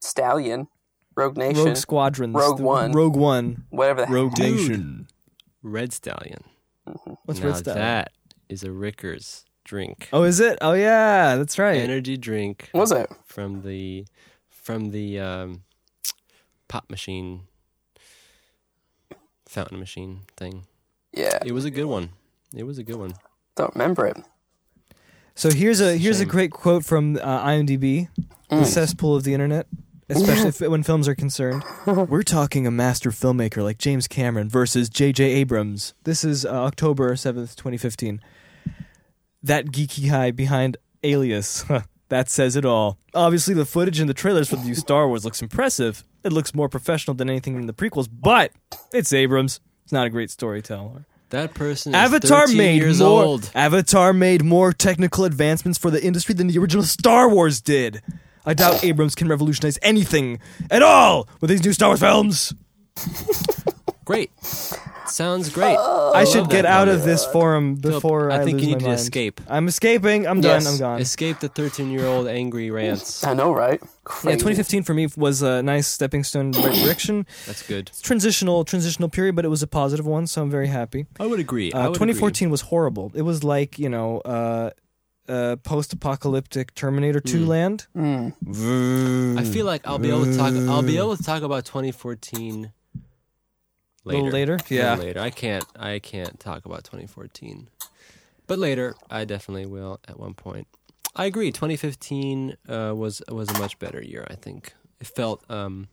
Stallion, Rogue Nation, Rogue Squadrons. Rogue the- One. Rogue One. whatever the heck. Rogue Dude. Nation. Red Stallion. What's now Red Stallion? That is a Rickers drink. Oh, is it? Oh, yeah. That's right. Energy drink. Was it? from the from the um, pop machine fountain machine thing. Yeah. It was a good one. It was a good one. Don't remember it. So here's a here's a Shame. great quote from uh, IMDb, the cesspool of the internet, especially if, when films are concerned. We're talking a master filmmaker like James Cameron versus J.J. Abrams. This is uh, October seventh, twenty fifteen. That geeky high behind Alias. that says it all. Obviously, the footage in the trailers for the new Star Wars looks impressive. It looks more professional than anything in the prequels, but it's Abrams. It's not a great storyteller. That person is Avatar 13 made years more. old. Avatar made more technical advancements for the industry than the original Star Wars did. I doubt Abrams can revolutionize anything at all with these new Star Wars films. Great. Sounds great. I should love get that out comment. of this forum Philip, before I, I think lose you my need to mind. escape. I'm escaping. I'm Yes, done. I'm gone. Escape the 13-year-old angry rants. I know, right? Yeah, Crazy. 2015 for me was a nice stepping stone in the right direction. That's good. It's transitional, transitional period, but it was a positive one, so I'm very happy. I would agree. Uh, 2014 was horrible. It was like you know, uh, uh, post-apocalyptic Terminator 2 Mm. land. Hmm. I feel like I'll be able to talk I'll be able to talk about 2014 later. little later. A little Later. I can't I can't talk about 2014. But later I definitely will at one point. I agree 2015 uh, was was a much better year, I think. It felt um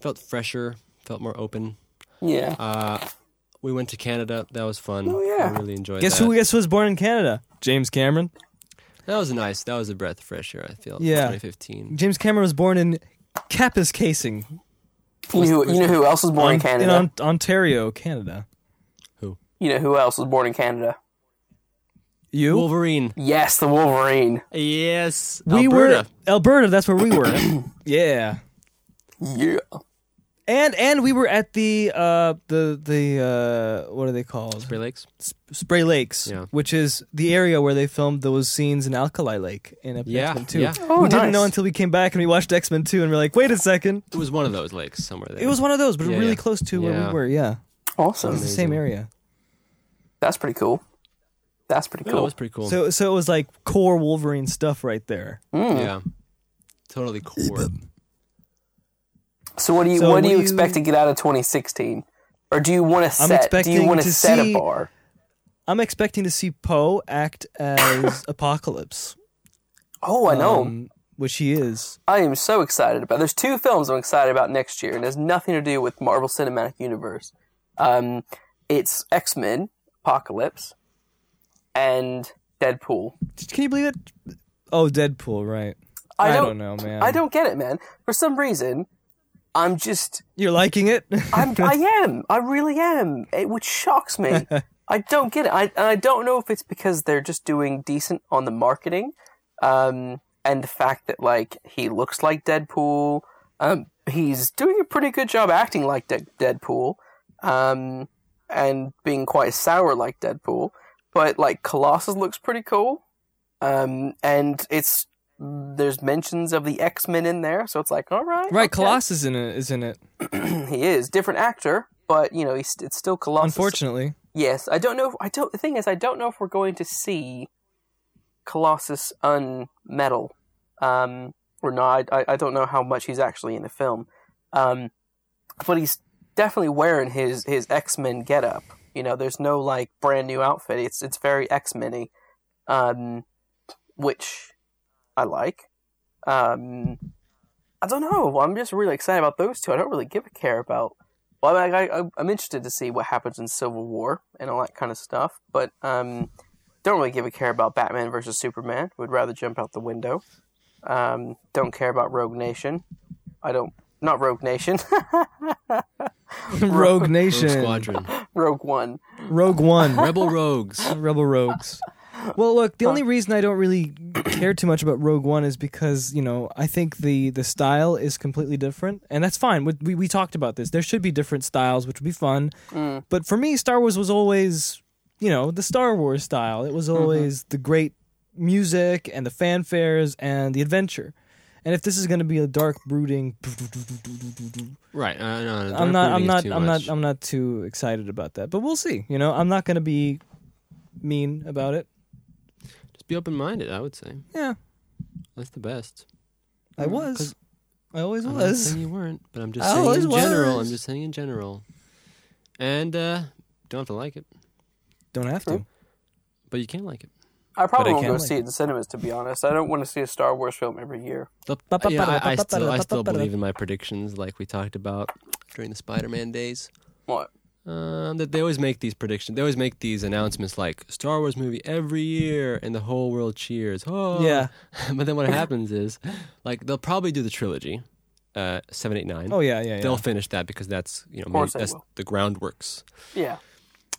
felt fresher, felt more open. Yeah. Uh we went to Canada. That was fun. Oh, yeah. I really enjoyed Guess that. who? Guess who was born in Canada? James Cameron. that was nice. That was a breath of fresh air, I feel. Yeah. 2015. James Cameron was born in Kappa's Casing You know, who, you know who else was Um, born on- in Canada? on- Ontario, Canada. you know who else was born in Canada? You? Wolverine. Yes, the Wolverine. Yes. we Alberta. were Alberta. That's where we were. yeah. Yeah. And and we were at the uh the the uh what are they called? Great Lakes. Spray Lakes, Yeah. which is the area where they filmed those scenes in Alkali Lake in Yeah, X Men Two. yeah. Oh, we didn't nice. know until we came back and we watched X Men Two, and we're like, wait a second, It was one of those lakes somewhere there. it was one of those, but Yeah, really yeah. close to where Yeah. we were. Yeah, Awesome. it's the same area. That's pretty cool. That's pretty That cool. was pretty cool. So so it was like core Wolverine stuff right there. Mm. yeah, totally core. So what do you So what do what you do expect to get out of 2016? Or do you want to set? Do you expecting want to to set a see- bar? I'm expecting to see Poe act as Apocalypse. Oh, I know. um, which he is. I am so excited about. There's two films I'm excited about next year, and it has nothing to do with Marvel Cinematic Universe. Um, it's X Men Apocalypse and Deadpool. Can you believe it? Oh, Deadpool, right? I don't- know, man. I don't get it, man. For some reason, I'm just You're liking it? I'm, I am. I really am. It, which shocks me. I don't get it. I, and I don't know if it's because they're just doing decent on the marketing um, and the fact that, like, he looks like Deadpool. Um, he's doing a pretty good job acting like De- Deadpool um, and being quite sour like Deadpool. But, like, Colossus looks pretty cool. Um, and it's. There's mentions of the X Men in there, so it's like, all right. right, okay. Colossus in it, isn't it? He is different actor, but you know he's it's still Colossus. Unfortunately, yes. I don't know. If, I don't. The thing is, I don't know if we're going to see Colossus unmetal um, or not. I, I don't know how much he's actually in the film, um, but he's definitely wearing his his X Men getup. You know, there's no like brand new outfit. It's it's very X Men y, um, which I like. Um, I don't know. I'm just really excited about those two. I don't really give a care about. Well, I, I, I- I'm interested to see what happens in Civil War and all that kind of stuff, but um, don't really give a care about Batman versus Superman. Would rather jump out the window. Um, don't care about Rogue Nation. I don't. Not Rogue Nation. Rogue Nation, Rogue Squadron, Rogue One. Rogue One, Rebel Rogues. Rebel Rogues. Well, look, the only reason I don't really care too much about Rogue One is because you know I think the the style is completely different, and that's fine. We we, we talked about this. There should be different styles, which would be fun. But for me, Star Wars was always you know the Star Wars style. It was always the great music and the fanfares and the adventure. And if this is going to be a dark, brooding, Right. Uh, no, no, I'm dark brooding not. I'm is not. too I'm much. not. I'm not too excited about that. But we'll see. You know, I'm not going to be mean about it. Just be open minded. I would say Yeah, that's the best. I was. Mm, 'cause- I always I'm not was. saying you weren't, but I'm I just saying always in general. was. I'm just saying in general, and uh, don't have to like it, Don't have Oh. to. but you can like it. I probably I won't go can't see it in cinemas, to be honest. I don't want to see a Star Wars film every year. The- yeah, I, I still, I still believe in my predictions, like we talked about during the Spider-Man days. What? Um, that they always make these predictions. They always make these announcements, like Star Wars movie every year, and the whole world cheers. Oh, Yeah. but then what happens is, like, they'll probably do the trilogy, uh, seven, eight, nine. Oh yeah, yeah, yeah. They'll finish that because that's you know course made, they that's will. the groundworks. Yeah.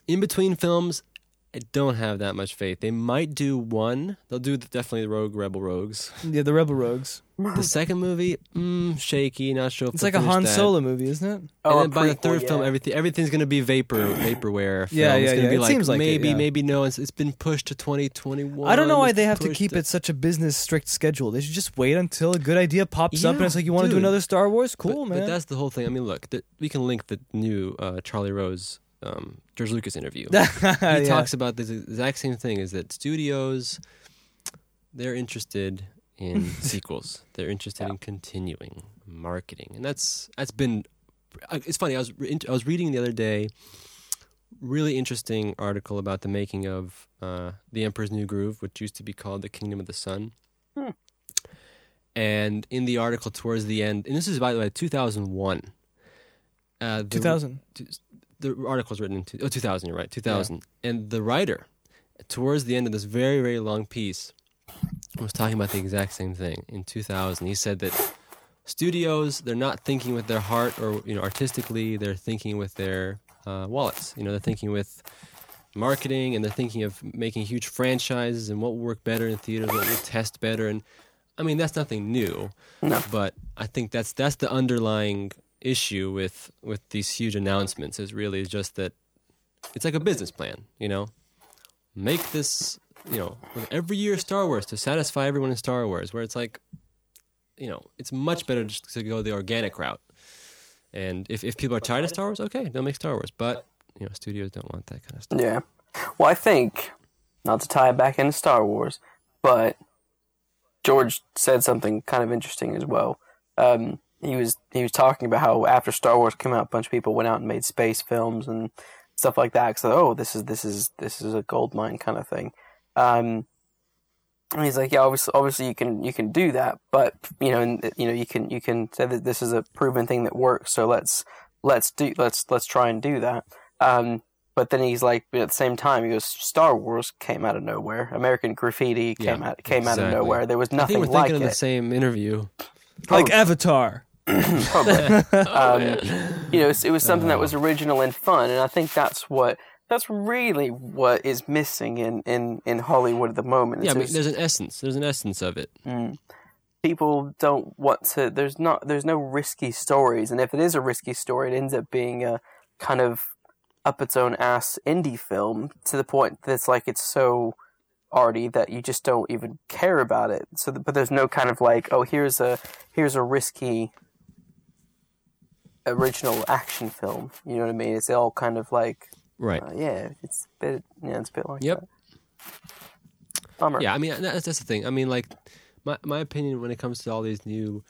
in between films, I don't have that much faith. They might do one. They'll do the, definitely the Rogue Rebel Rogues. yeah, the Rebel Rogues. The second movie, mm, shaky. Not sure. If It's they'll like a finish Han that. Solo movie, isn't it? Oh, and a then by the prequel, third film, yeah. everything everything's gonna be vapor vaporware. Film. Yeah, yeah, it's gonna yeah. Be It like, seems like it, maybe yeah. maybe no. It's, it's been pushed to twenty twenty one. I don't know why they have to keep it such a business strict schedule. They should just wait until a good idea pops up and Yeah, it's like you want to do dude. another Star Wars. Cool, but, man. But that's the whole thing. I mean, look, th- we can link the new uh, Charlie Rose, um, George Lucas interview. he Yeah. talks about the exact same thing is that studios they're interested in sequels they're interested in continuing marketing and that's that's been I- it's funny i was re- i was reading the other day really interesting article about the making of uh, the emperor's new groove which used to be called the kingdom of the sun and in the article towards the end and this is by the way 2001 uh, the- 2000. the article's written in two, oh, 2000 you're right 2000 and the writer towards the end of this very very long piece was talking about the exact same thing in 2000 he said that studios they're not thinking with their heart or you know artistically they're thinking with their uh, wallets you know they're thinking with marketing and they're thinking of making huge franchises and what will work better in theaters what will test better and i mean that's nothing new but i think that's that's the underlying issue with with these huge announcements is really just that it's like a business plan you know make this you know with every year star wars to satisfy everyone in star wars where it's like you know it's much better just to go the organic route and if, if people are tired of star wars okay they'll make star wars but you know studios don't want that kind of stuff Yeah. Well, I think Not to tie it back into Star Wars, but George said something kind of interesting as well. Um, he was he was talking about how after Star Wars came out, a bunch of people went out and made space films and stuff like that. So oh, this is this is this is a gold mine kind of thing. Um, and he's like, yeah, obviously, obviously you can you can do that, but you know, and, you know, you can you can say that this is a proven thing that works. So let's let's do let's let's try and do that. Um, but then he's like, but at the same time, he goes, Star Wars came out of nowhere. American Graffiti Yeah, came out came out exactly. of nowhere. There was I think nothing we're like thinking of the it. same interview. Oh. like Avatar. Probably. um, you know, it's- it was something Uh-huh. that was original and fun, and I think that's what that's really what is missing in in in Hollywood at the moment. Yeah, I It's- mean, it's- there's an essence. There's an essence of it. people don't want to there's not there's no risky stories and if it is a risky story it ends up being a kind of up its own ass indie film to the point that it's like it's so arty that you just don't even care about it so th- but there's no kind of like oh here's a here's a risky original action film you know what i mean it's all kind of like Right. uh, yeah it's a bit yeah it's a bit like Yep. that. bummer Yeah, I mean that's, that's the thing. I mean, like my my opinion when it comes to all these new,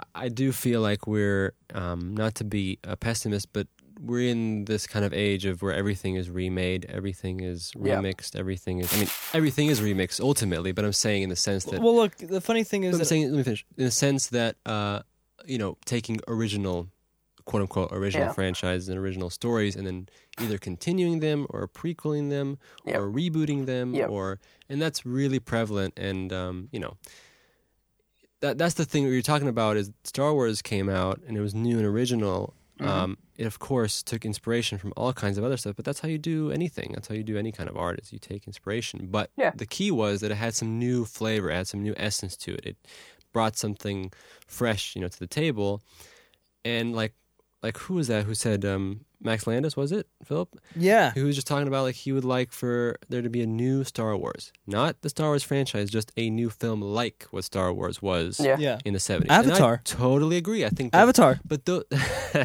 I- I do feel like we're um, not to be a pessimist, but we're in this kind of age of where everything is remade, everything is Yeah. remixed, everything is. I mean, everything is remixed ultimately, but I'm saying in the sense that Well, look, the funny thing is I'm that saying let me finish in the sense that uh, you know taking original, quote unquote, original Yeah. franchises and original stories, and then either continuing them or prequeling them Yep. or rebooting them, Yep. or and that's really prevalent. And um, you know that that's the thing that you're talking about is Star Wars came out and it was new and original. Mm-hmm. Um, it of course took inspiration from all kinds of other stuff, but that's how you do anything. That's how you do any kind of art is you take inspiration. But Yeah. the key was that it had some new flavor, it had some new essence to it. It brought something fresh, you know, to the table. And like, like who was that who said um, Max Landis? Was it Philip? yeah, Who was just talking about like he would like for there to be a new Star Wars, not the Star Wars franchise, just a new film like what Star Wars was yeah yeah, in the 70s. Avatar. And I totally agree. I think that, Avatar. But, tho-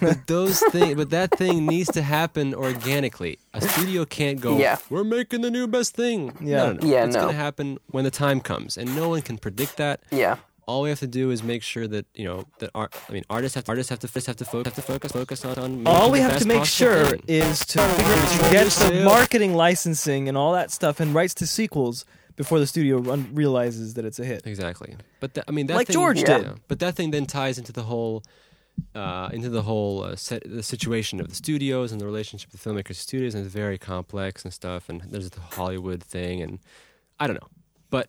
but those thing, but that thing needs to happen organically. A studio can't go. Yeah. We're making the new best thing. Yeah. no, no, no. Yeah, It's no. gonna happen when the time comes, and no one can predict that. yeah All we have to do is make sure that you know that art. I mean, artists have artists have to have to focus have to focus focus on. on All making we the have best to make possible sure thing. is to figure out to get the marketing licensing and all that stuff and rights to sequels before the studio run- realizes that it's a hit. Exactly. But tha- I mean, that Like thing, George Yeah. did. But that thing then ties into the whole, uh, into the whole uh, set, the situation of the studios and the relationship with the filmmakers and studios, and it's very complex and stuff. And there's the Hollywood thing, and I don't know, but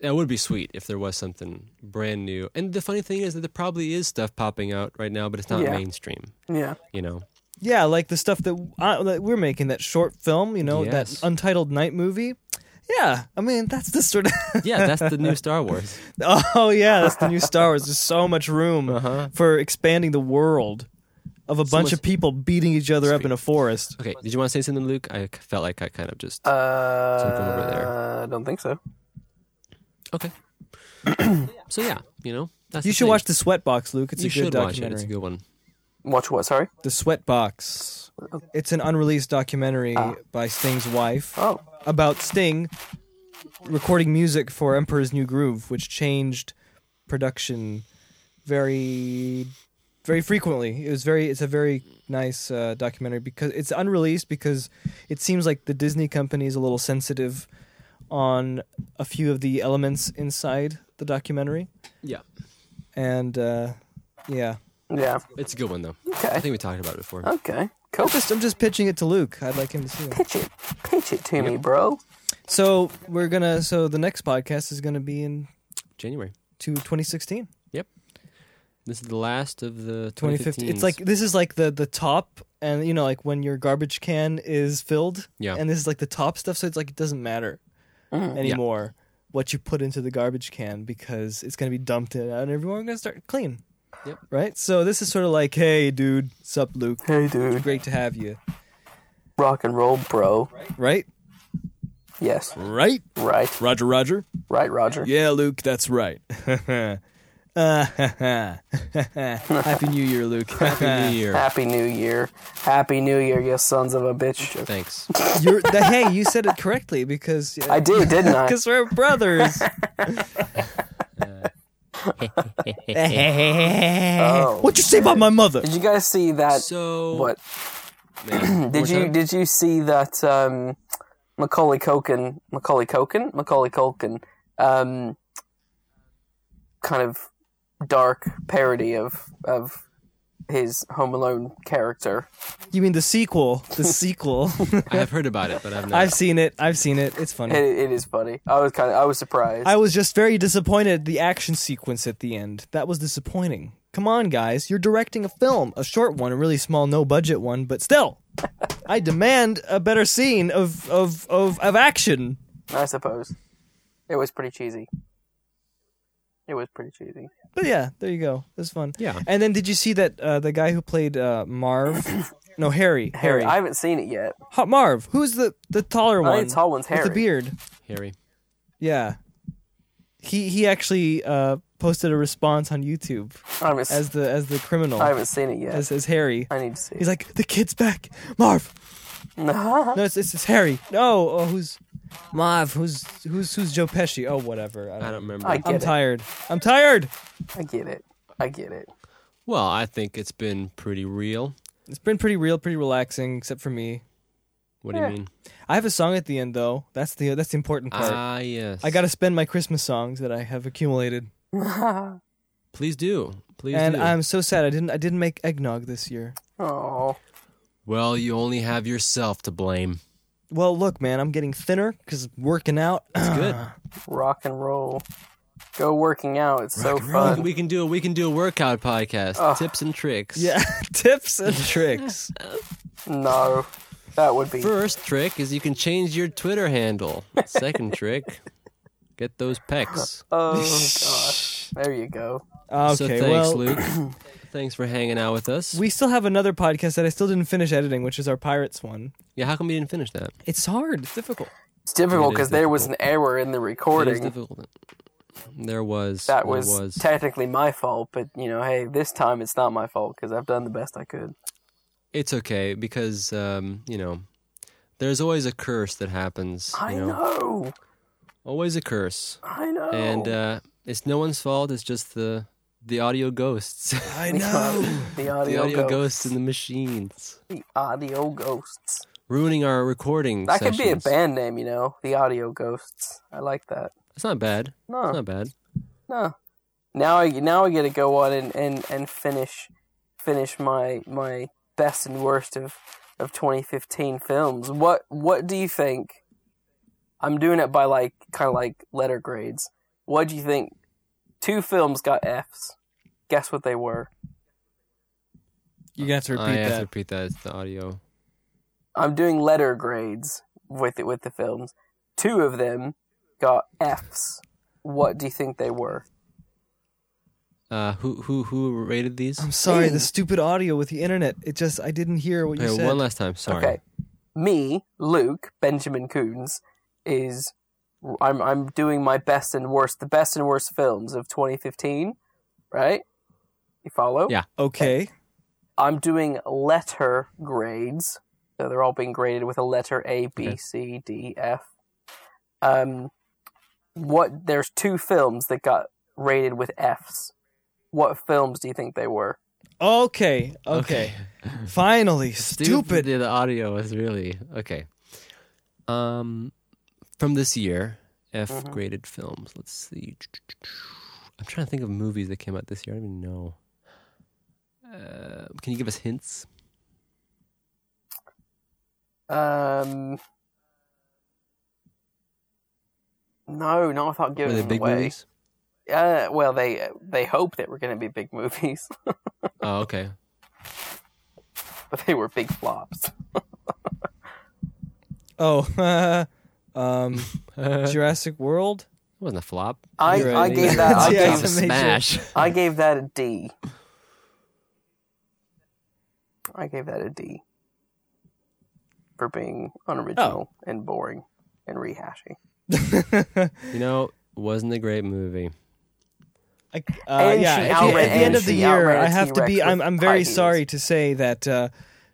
that would be sweet if there was something brand new. And the funny thing is that there probably is stuff popping out right now, but it's not Yeah. mainstream. yeah You know, Yeah, like the stuff that, I, that we're making, that short film, you know, Yes. that untitled night movie. Yeah, I mean that's the sort of. yeah, that's the new Star Wars. oh yeah, that's the new Star Wars. There's so much room for expanding the world of a bunch Uh-huh. much- of people beating each other up in a forest. Okay, did you want to say something, Luke? I felt like I kind of just uh, Took him over there. i don't think so okay. so yeah, you know, that's You the should thing. watch the Sweatbox, Luke. It's you a should good watch it. documentary. It's a good one. Watch what? Sorry. The Sweatbox. It's an unreleased documentary by Sting's wife Oh, about Sting recording music for Emperor's New Groove, which changed production very, very frequently. It was very. It's a very nice uh, documentary because it's unreleased because it seems like the Disney company is a little sensitive on a few of the elements inside the documentary, Yeah. and uh, yeah. yeah. It's a good one though. I Okay. think we talked about it before. Okay. Cool. Just, I'm just pitching it to Luke. I'd like him to see it. Pitch it. Pitch it to me, bro. So we're gonna. So the next podcast is gonna be in January. to 2016, This is the last of the 2015. 2015. It's like this is like the the top, and you know, like when your garbage can is filled, Yeah. and this is like the top stuff. So it's like it doesn't matter anymore what you put into the garbage can because it's gonna be dumped in, and everyone's gonna start clean. Yep. Right. So this is sort of like, hey, dude, sup, Luke? Hey, dude. Great to have you. Rock and roll, bro. Right. Yes. Right. Right. Roger. Roger. Right, Roger. Yeah, Luke, that's right. Uh, Happy New Year, Luke. Happy New Year. Happy New Year. Happy New Year, you sons of a bitch. Thanks. You're, the, hey, you said it correctly because I did, didn't I? because we're brothers. Oh. What'd you say about my mother? Did you guys see that? So what? Man, Did you did you see that um, Macaulay Culkin, Macaulay Culkin, Macaulay Culkin, um, kind of dark parody of of his Home Alone character? You mean the sequel? The sequel. I have heard about it, but I've not. I've seen it. I've seen it. It's It, funny. it is funny. I was kind of I was surprised. Hmm. I was just very disappointed the action sequence at the end. That was disappointing. Come on, guys. You're directing a film, a short one, a really small, no budget one, but still. I demand a better scene of, of, of, of action. I suppose it was pretty cheesy. It was pretty cheesy. But yeah, there you go. It was fun. Yeah. And then did you see that uh, the guy who played uh, Marv? no, Harry. Harry. I haven't seen it yet. Ha- Marv. Who's the, the taller I one? think the tall one's With Harry. the beard. Harry. Yeah. He he actually uh, posted a response on YouTube I haven't, s- as the as the criminal I haven't seen it yet. as as Harry. I need to see. He's like the kid's back, Marv. no, it's, it's it's Harry. No, oh who's Marv? Who's who's who's Joe Pesci? Oh, whatever. I I don't, don't remember. I get I'm it. tired. I'm tired. I get it. I get it. Well, I think it's been pretty real. It's been pretty real, pretty relaxing, except for me. What do you mean? I have a song at the end though. That's the that's the important part. Ah, yes. I got to spend my Christmas songs that I have accumulated, Please do. Please and do. I'm so sad I didn't I didn't make eggnog this year. Oh, Well, you only have yourself to blame. Well, look, man, I'm getting thinner because working out. Good. rock and roll. Go working out. It's so Well, fun. we can do a we can do a workout podcast. Tips and tricks. yeah, tips and tricks. No, that would be. First trick is you can change your Twitter handle. Second trick, get those pecs. Oh gosh. There you go. Okay, so thanks, well, Luke. thanks for hanging out with us. we still have another podcast that I still didn't finish editing, which is our pirates one. yeah, how come we didn't finish that? It's hard. It's difficult. It's difficult It is because there was an error in the It is recording. difficult. There was That there was, technically my fault, but you know, hey, this time it's not my fault because I've done the best I could. it's okay because um, you know there's always a curse that happens. I you know? know. Oh. always a curse, I know. and uh, it's no one's fault. It's just the the audio ghosts, I the, audio, the the audio, audio ghosts. ghosts in the machines The audio ghosts. ruining our recording. That could be a sessions. band name, you know. The audio ghosts. I like that. It's not bad. No. It's not bad. No. Now I now I get to go on and, and, and finish finish my my best and worst of, of 2015 films. What what do you think? I'm doing it by like kind of like letter grades. What do you think? Two films got Fs. Guess what they were? You're gonna have to repeat I have that. to repeat that. It's the audio. I'm doing letter grades with it with the films. Two of them got Fs. What do you think they were? Uh, who who who rated these? I'm sorry. The stupid audio with the internet. It just I didn't hear what you Okay, said. one last time. Sorry. Okay. Me, Luke, Benjamin Coons, is I'm I'm doing my best and worst, the best and worst films of 2015, right? You follow? Yeah. okay. I'm doing letter grades, so they're all being graded with a letter A, B, Okay. C, D, F. Um, what? There's two films that got rated with Fs. What films do you think they were? Okay. Okay. Finally, stupid. Yeah, the audio was really okay. Um, from this year, F Mm-hmm. graded films. Let's see. I'm trying to think of movies that came out this year. I don't even know. Uh, can you give us hints? Um, no, not without Were giving they them big away. movies? Uh, well, they they hoped that were going to be big movies, Oh, okay. but they were big flops. oh, um, it Jurassic World. wasn't a flop. I, You're I an gave that I idiot. It was gave, a Yeah. smash. I gave that a D. I gave that a D for being Oh. unoriginal and boring and rehashing. You know, wasn't a great movie. I I, uh, And yeah, she at the- outran- at the end and of the she year, outran a I have to T-Rex be. I'm, with I'm very high heels. sorry to say that uh,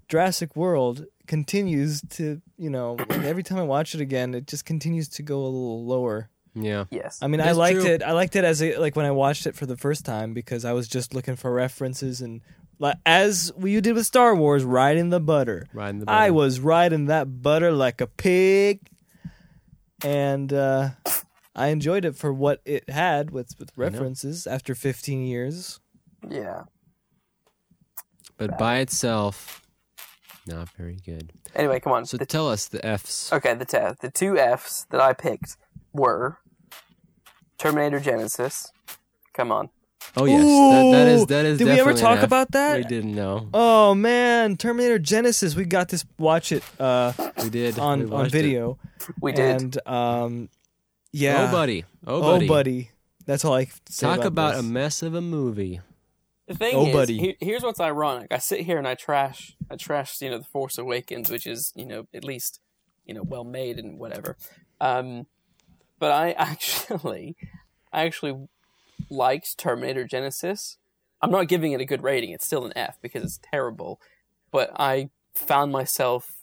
Jurassic World continues to, you know, every time I watch it again, it just continues to go a little lower. Yeah. Yes. I mean, I That's liked true. it. I liked it as a, like when I watched it for the first time because I was just looking for references and like as you did with Star Wars, riding the butter. Riding the I butter. was riding that butter like a pig, and uh, I enjoyed it for what it had with with references after 15 years. yeah. But by itself, not very good. Anyway, come on. So The- tell us the Uh, F's. okay, the te- the two Fs that I picked were Terminator Genesis. Come on. Oh yes, that, that is Ooh, that is. did we ever definitely an talk F. about that? We didn't know. Oh man, Terminator Genesis! We got this. Watch it uh, We did We on on watched It. video. We did. And um, yeah. Oh buddy, oh Oh buddy, buddy. That's all I can say talk about this. a mess of a movie. The thing Oh, is, buddy. he- here's what's ironic. I sit here and I trash, I trash, you know, the Force Awakens, which is, you know, at least, you know, well made and whatever. Um, but I actually, I actually liked Terminator Genesis. I'm not giving it a good rating. It's still an F because it's terrible. But I found myself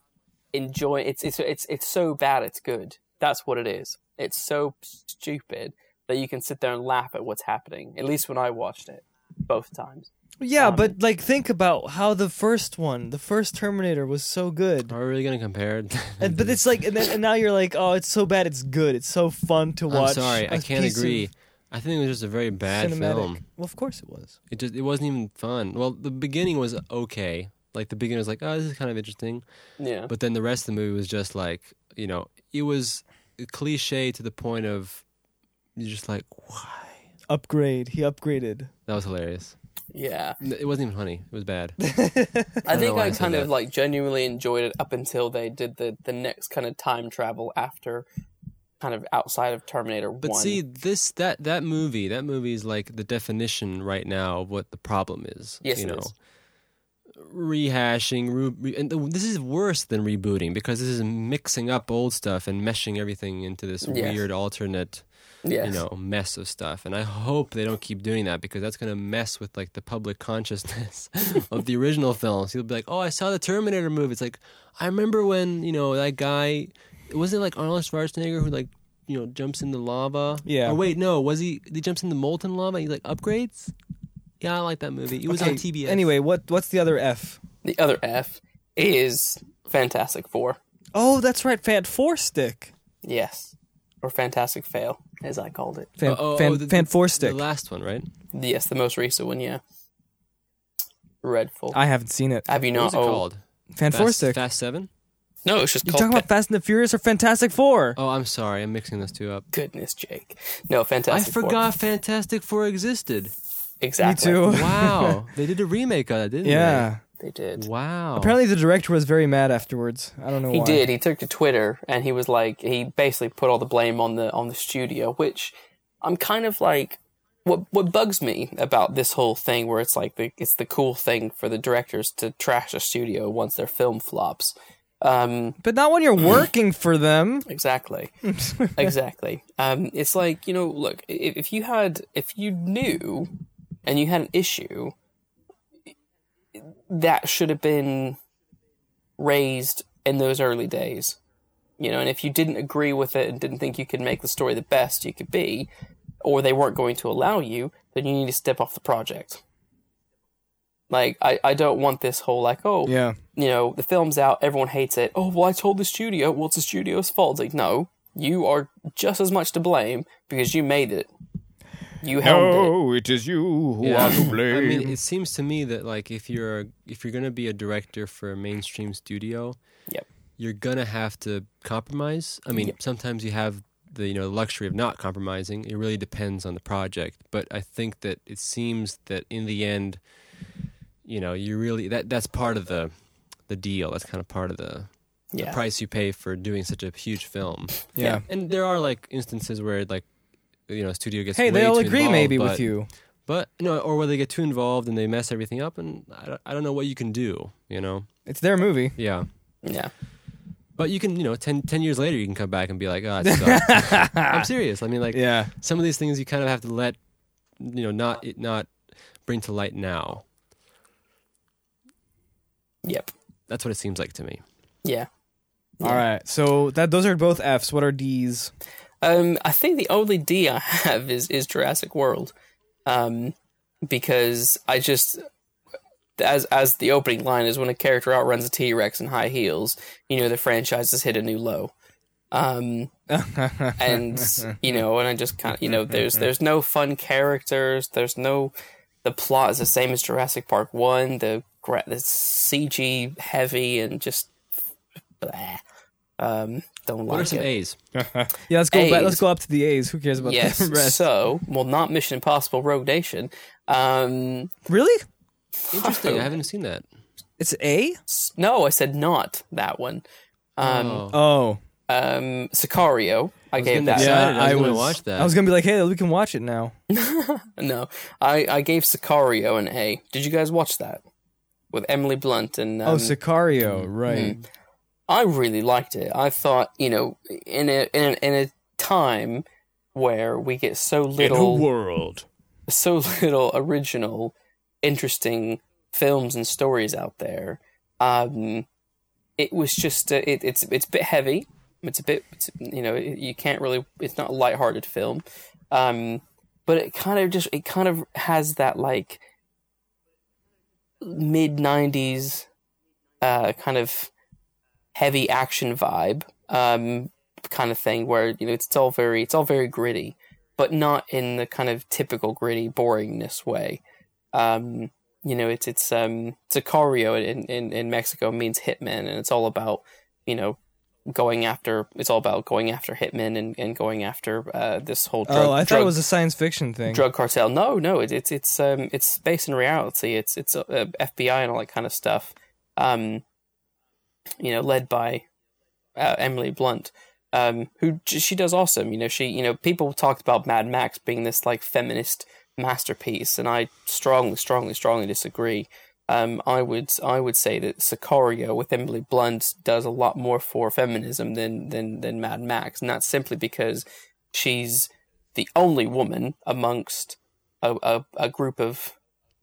enjoying. It's it's it's it's so bad. It's good. That's what it is. It's so stupid that you can sit there and laugh at what's happening. At least when I watched it, both times. Yeah, Um, but like think about how the first one, the first Terminator, was so good. Are we really gonna compare it? And, but it's like, and, then, and now you're like, oh, it's so bad, it's good. It's so fun to watch. I'm sorry, I I can't agree. I think it was just a very bad cinematic. film. Well, of course it was. It just it wasn't even fun. Well, the beginning was okay. Like the beginning was like, oh, this is kind of interesting. Yeah. But then the rest of the movie was just like, you know, it was cliche to the point of you're just like, why? Upgrade. He upgraded. That was hilarious. Yeah. N- It wasn't even funny. It was bad. I don't know think why I I said kind of that. like genuinely enjoyed it up until they did the the next kind of time travel after kind of outside of Terminator But 1. see, this that that movie, that movie is like the definition right now of what the problem is. Yes, you it know, is. rehashing, re- re- and th- this is worse than rebooting because this is mixing up old stuff and meshing everything into this Yes. weird alternate, yes. you know, mess of stuff. And I hope they don't keep doing that because that's going to mess with like the public consciousness of the original films. You'll be like, "Oh, I saw the Terminator movie." It's like, I remember when you know that guy. Was it like Arnold Schwarzenegger who like you know jumps in the lava? Yeah. Or wait, no, was he? He jumps in the molten lava. and He like upgrades. Yeah, I like that movie. It was Okay, on TBS. Anyway, what what's the other F? The other F is Fantastic Four. Oh, that's right. Fant Four Stick. Yes. Or Fantastic Fail, as I called it. Fan, Oh, oh, fan, oh, the- Fant Four the Stick. last one, right? Yes, the most recent one, yeah. Redfall. I haven't seen it. Have you What not? was it oh, called? Fan Four Fast, Stick. Fast Seven. No, it's just you called. talking about Fast and the Furious or Fantastic Four? Oh, I'm sorry, I'm mixing those two up. Goodness, Jake. No, I Fantastic Four. forgot Fantastic Four existed. Me Exactly. too. Wow, they did a remake of that, didn't yeah. They did. they? Wow. Apparently, the director was very mad afterwards. I don't know He why. did. He took to Twitter and he was like, he basically put all the blame on the on the studio, which I'm kind of like, what what bugs me about this whole thing, where it's like the it's the cool thing for the directors to trash a studio once their film flops. Um, But not when you're working for them. exactly, exactly. Um, it's like you know, look, i- if you had if you knew and you had an issue, that should have been raised in those early days. You know, and if you didn't agree with it and didn't think you could make the story the best you could be, or they weren't going to allow you, then you need to step off the project. Like, I, I don't want this whole, like, oh, Yeah. you know, the film's out, everyone hates it. Oh, well, I told the studio, well, it's the studio's fault. It's like, no, you are just as much to blame because you made it. You helmed it. Oh, it is you who Yeah. are to I blame. mean, it seems to me that like if you're if you're gonna be a director for a mainstream studio, Yep. you're gonna have to compromise. I mean, sometimes you have the you know the luxury of not compromising. It really depends on the project. But I think that it seems that in the end, you know, you really that that's part of the the deal. That's kind of part of the the Yeah. price you pay for doing such a huge film. Yeah. And there are like instances where like you know, a studio gets Hey, way they'll too agree involved, maybe with but- you. but you know, or where they get too involved and they mess everything up, and I don't, I don't know what you can do. You know, It's their movie. yeah. Yeah. But you can, you know, 10, 10 years later, you can come back and be like, oh, it sucked." "Ah, I'm serious. I mean, like, Yeah. some of these things you kind of have to let you know not it not bring to light now. Yep. That's what it seems like to me. Yeah. All right. So that those are both Fs. What are Ds? Um, I think the only D I have is is Jurassic World, um, because I just as as the opening line is when a character outruns a T Rex in high heels, you know the franchise has hit a new low. Um, and you know, and I just kind of you know, there's there's no fun characters. There's no the plot is the same as Jurassic Park One. The gra- the CG heavy and just bleh. um don't What are like some it. A's? Yeah, let's go. Back, A's. let's go up to the A's. Who cares about Yes. the rest? So, well, not Mission Impossible Rogue Nation. Um, really? Interesting. I haven't seen that. It's A? s- no, I said not that one. Um, oh. Oh, um, Sicario. I, gave gonna that. say- Excited, I was gonna watch that. I was gonna be like, hey, we can watch it now. No, I, I gave Sicario an A. Did you guys watch that with Emily Blunt and? Um, mm, oh, Sicario, right? I really liked it. I thought you know in a in a, in a time where we get so little world. so little original, interesting films and stories out there. Um, it was just uh, it, it's it's a bit heavy. It's a bit it's, you know it, you can't really it's not a lighthearted film, um, but it kind of just it kind of has that like mid '90s uh, kind of heavy action vibe um, kind of thing where you know it's all very it's all very gritty but not in the kind of typical gritty boringness way. Um, you know, it's it's um Sicario in, in, in Mexico means hitman and it's all about, you know, going after it's all about going after hitmen and, and going after uh, this whole drug, oh, I thought drug, it was a science fiction thing. drug cartel. No, no, it, it's it's um it's space and reality. It's it's uh, FBI and all that kind of stuff. Um, you know, led by uh, Emily Blunt, um, who j- she does awesome. You know, she you know people talked about Mad Max being this like feminist masterpiece, and I strongly, strongly, strongly disagree. Um, I would I would say that Sicario with Emily Blunt does a lot more for feminism than than than Mad Max, and that's simply because she's the only woman amongst a, a, a group of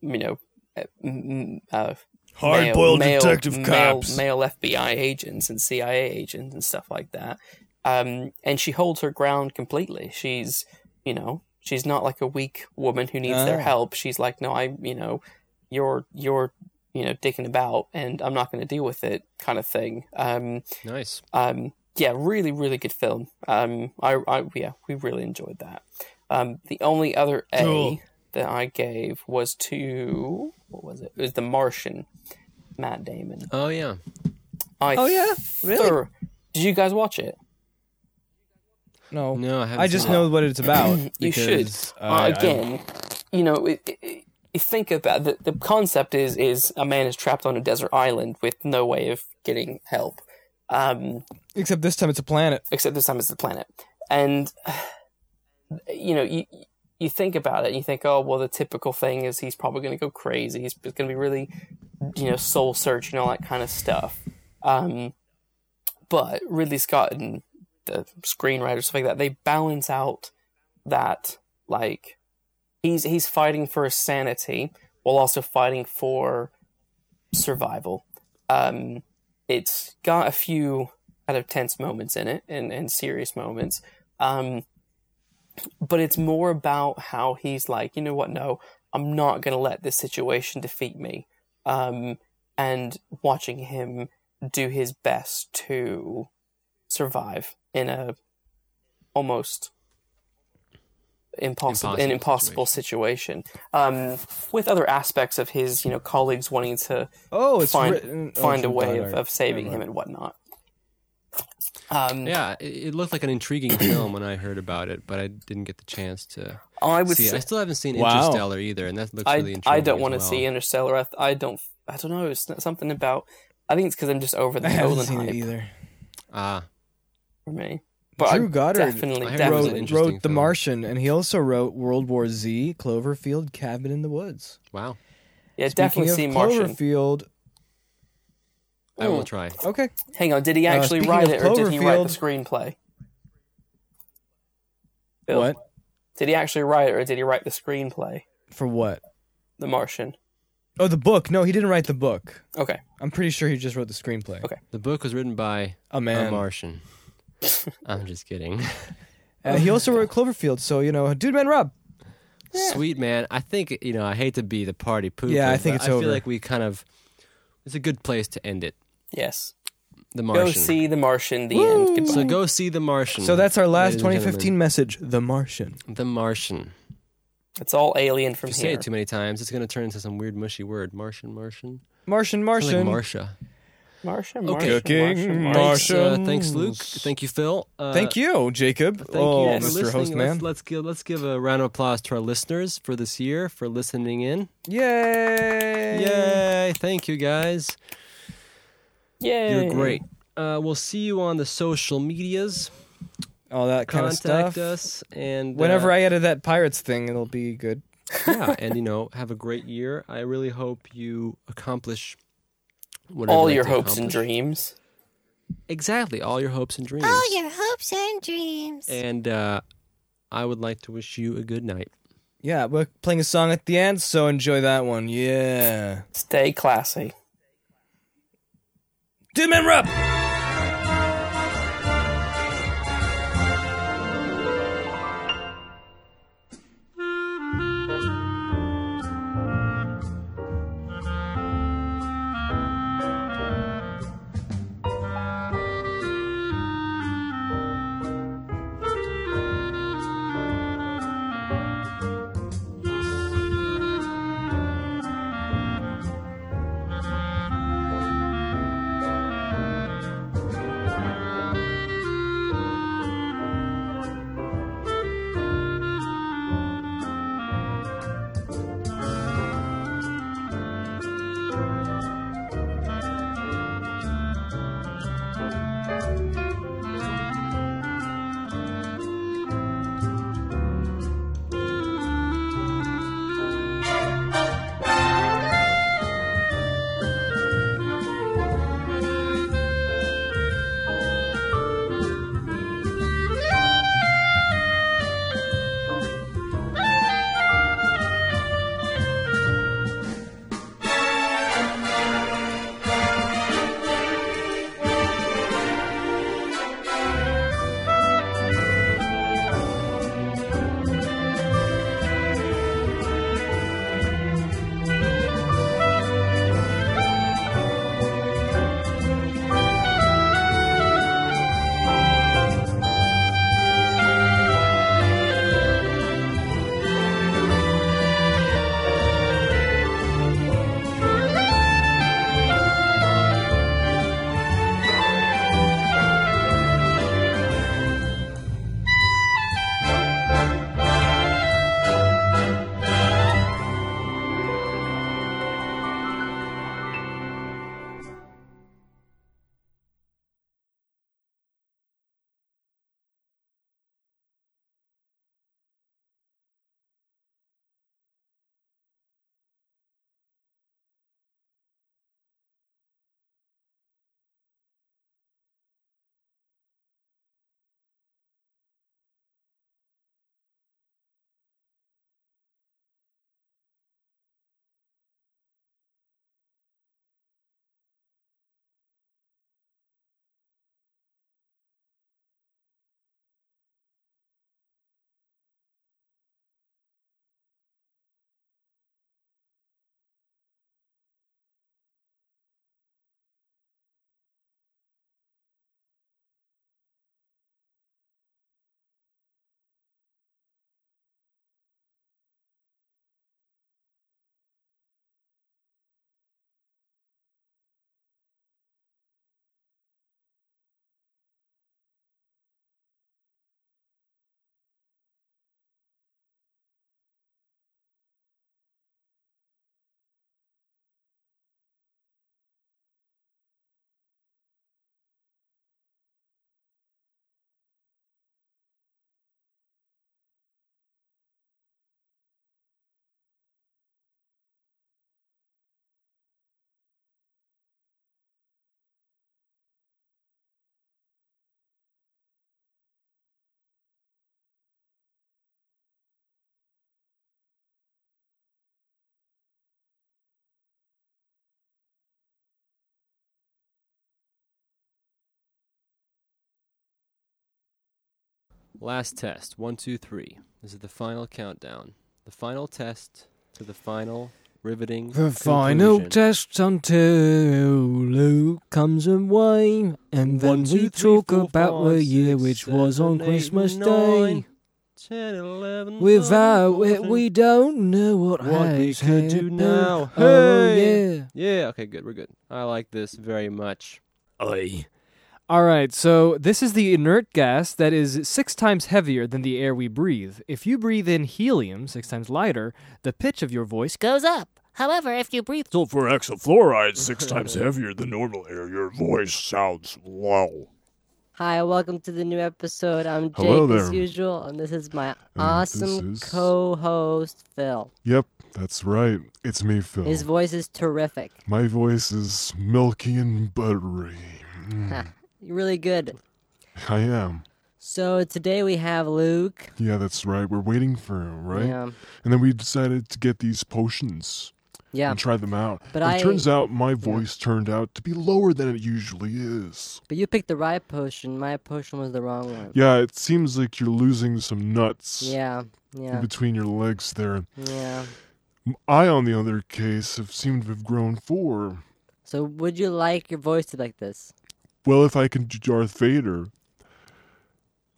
you know uh, m- m- uh, Hard boiled detective cops. male FBI agents and CIA agents and stuff like that. Um, and she holds her ground completely. She's, you know, she's not like a weak woman who needs their Ah. help. She's like, no, I, you know, you're, you're, you know, dicking about, and I'm not going to deal with it, kind of thing. Um, Nice. um, yeah, really, really good film. Um, I, I, yeah, we really enjoyed that. Um, the only other A Cool. that I gave was to what was it? It was The Martian, Matt Damon. Oh yeah. I Oh, yeah? Really? thor- Did you guys watch it? No, No, I haven't. I just seen know what it's about. You should. because Uh, again, you know, it, it, it- think about the the concept is is a man is trapped on a desert island with no way of getting help. Um, Except this time it's a planet. except this time it's the planet. And you know, you you think about it, you think, oh well, the typical thing is he's probably going to go crazy. He's going to be really, you know, soul searching all that kind of stuff. Um, but Ridley Scott and the screenwriters stuff like that, they balance out that like he's he's fighting for his sanity while also fighting for survival. Um, it's got a few kind of tense moments in it and, and serious moments. Um, but it's more about how he's like, you know what? No, I'm not going to let this situation defeat me. Um, and watching him do his best to survive in a almost impossible, an Impossible impossible situation, um, with other aspects of his, you know, colleagues wanting to Oh, it's find written, oh, find it's a way Goddard. of, of saving him and whatnot. Um, Yeah, it, it looked like an intriguing film when I heard about it, but I didn't get the chance to I would see it. say I still haven't seen Wow. Interstellar either, and that looks I, really intriguing. I don't want to see Interstellar. I, th- I don't I don't know. It's not something about. I think it's because I'm just over the I haven't Nolan seen it hype either. Ah, for me. But Drew I Goddard definitely I heard it was an definitely Wrote, interesting wrote The film. Martian, and he also wrote World War Z, Cloverfield, Cabin in the Woods. wow. yeah Speaking definitely of see Martian. Cloverfield. Hmm. I will try. Okay, Hang on, did he Uh, actually speaking write of it or did he write the Cloverfield- screenplay? what? Did he actually write it, or did he write the screenplay, For what? The Martian? Oh, the book. No, he didn't write the book. Okay, I'm pretty sure he just wrote the screenplay. Okay. The book was written by A a man. Martian. I'm just kidding. Uh, he also wrote Cloverfield, so you know, dude, man, Rob. Sweet man. I think you know. I hate to be the party pooper. Yeah, I think but it's I over. feel like we kind of. It's a good place to end it. yes. The Martian. Go see The Martian. The end. Goodbye. So go see The Martian. So that's our last ladies and 2015 message, The Martian. gentlemen. The Martian. It's all alien from If you say here. it too many times, it's going to turn into some weird mushy word. Martian, Martian. Martian, Sounds Martian. Like Marsha. Martian, Okay. Martian, Martian, Cooking Martian. Thanks, uh, Martians. thanks, Luke. Thank you, Phil. Uh, Thank you, Jacob. Thank oh, you for Mr. listening. Host Man. Let's, let's give let's give a round of applause to our listeners for this year for listening in. Yay! Yay! Thank you guys. Yay. You're great. Uh, we'll see you on the social medias. All that kind of Contact stuff. us and uh, Whenever I edit that pirates thing, it'll be good. yeah, and you know, have a great year. I really hope you accomplish whatever All you your have to hopes and accomplish. dreams. Oh, Exactly, all your hopes and dreams. All your hopes and dreams. And uh, I would like to wish you a good night. Yeah, we're playing a song at the end, so enjoy that one. Yeah. Stay classy. Dude, man, Rob. Last test. One, two, three. This is the final countdown. The final test to the final riveting. The final conclusion. test until Luke comes away, and then One, two, we three, talk four, about five, the six, year which was on seven, eight, Christmas nine, Day. 10, 11, Without 12, it, we don't know what, What we has could do happened. now. Oh Hey! yeah. Yeah, okay, good. We're good. I like this very much. Oi. All right, so this is the inert gas that is six times heavier than the air we breathe. If you breathe in helium, six times lighter, the pitch of your voiece Goes up. However, if you breathe Sulfur hexafluoride six times heavier than normal air. Your voice sounds low. Hi, welcome to the new episode. I'm Jake Hello as there. usual, and this is my Uh, this awesome is- co-host Phil. Yep, that's right. It's me, Phil. His voice is terrific. My voice is milky and buttery. Mm, Really good. I am. So today we have Luke. Yeah, that's right. We're waiting for him, right? Yeah. And then we decided to get these potions Yeah. and try them out. But it I- turns out my voice turned out to be lower than it usually is. But you picked the right potion. My potion was the wrong one. Yeah, it seems like you're losing some nuts Yeah. Yeah. between your legs there. Yeah. I, on the other case, have seemed to have grown four. So would you like your voice to be like this? Well, if I can do Darth Vader,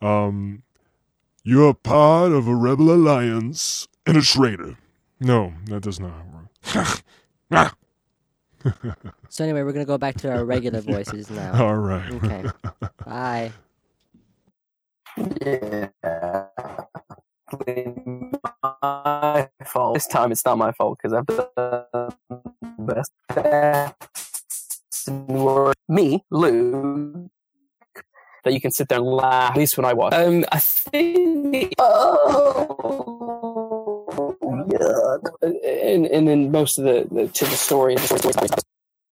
um, you're a part of a rebel alliance and a traitor. No, that does not work. So anyway, we're gonna go back to our regular voices now. All right. Okay. Bye. Yeah. My fault. This time it's not my fault because I've done the best. That's more Me, Luke, that you can sit there and laugh, at least when I watch. Um, I think. the- Oh, God. And, and then most of the, the to the story, the story, story, story, story.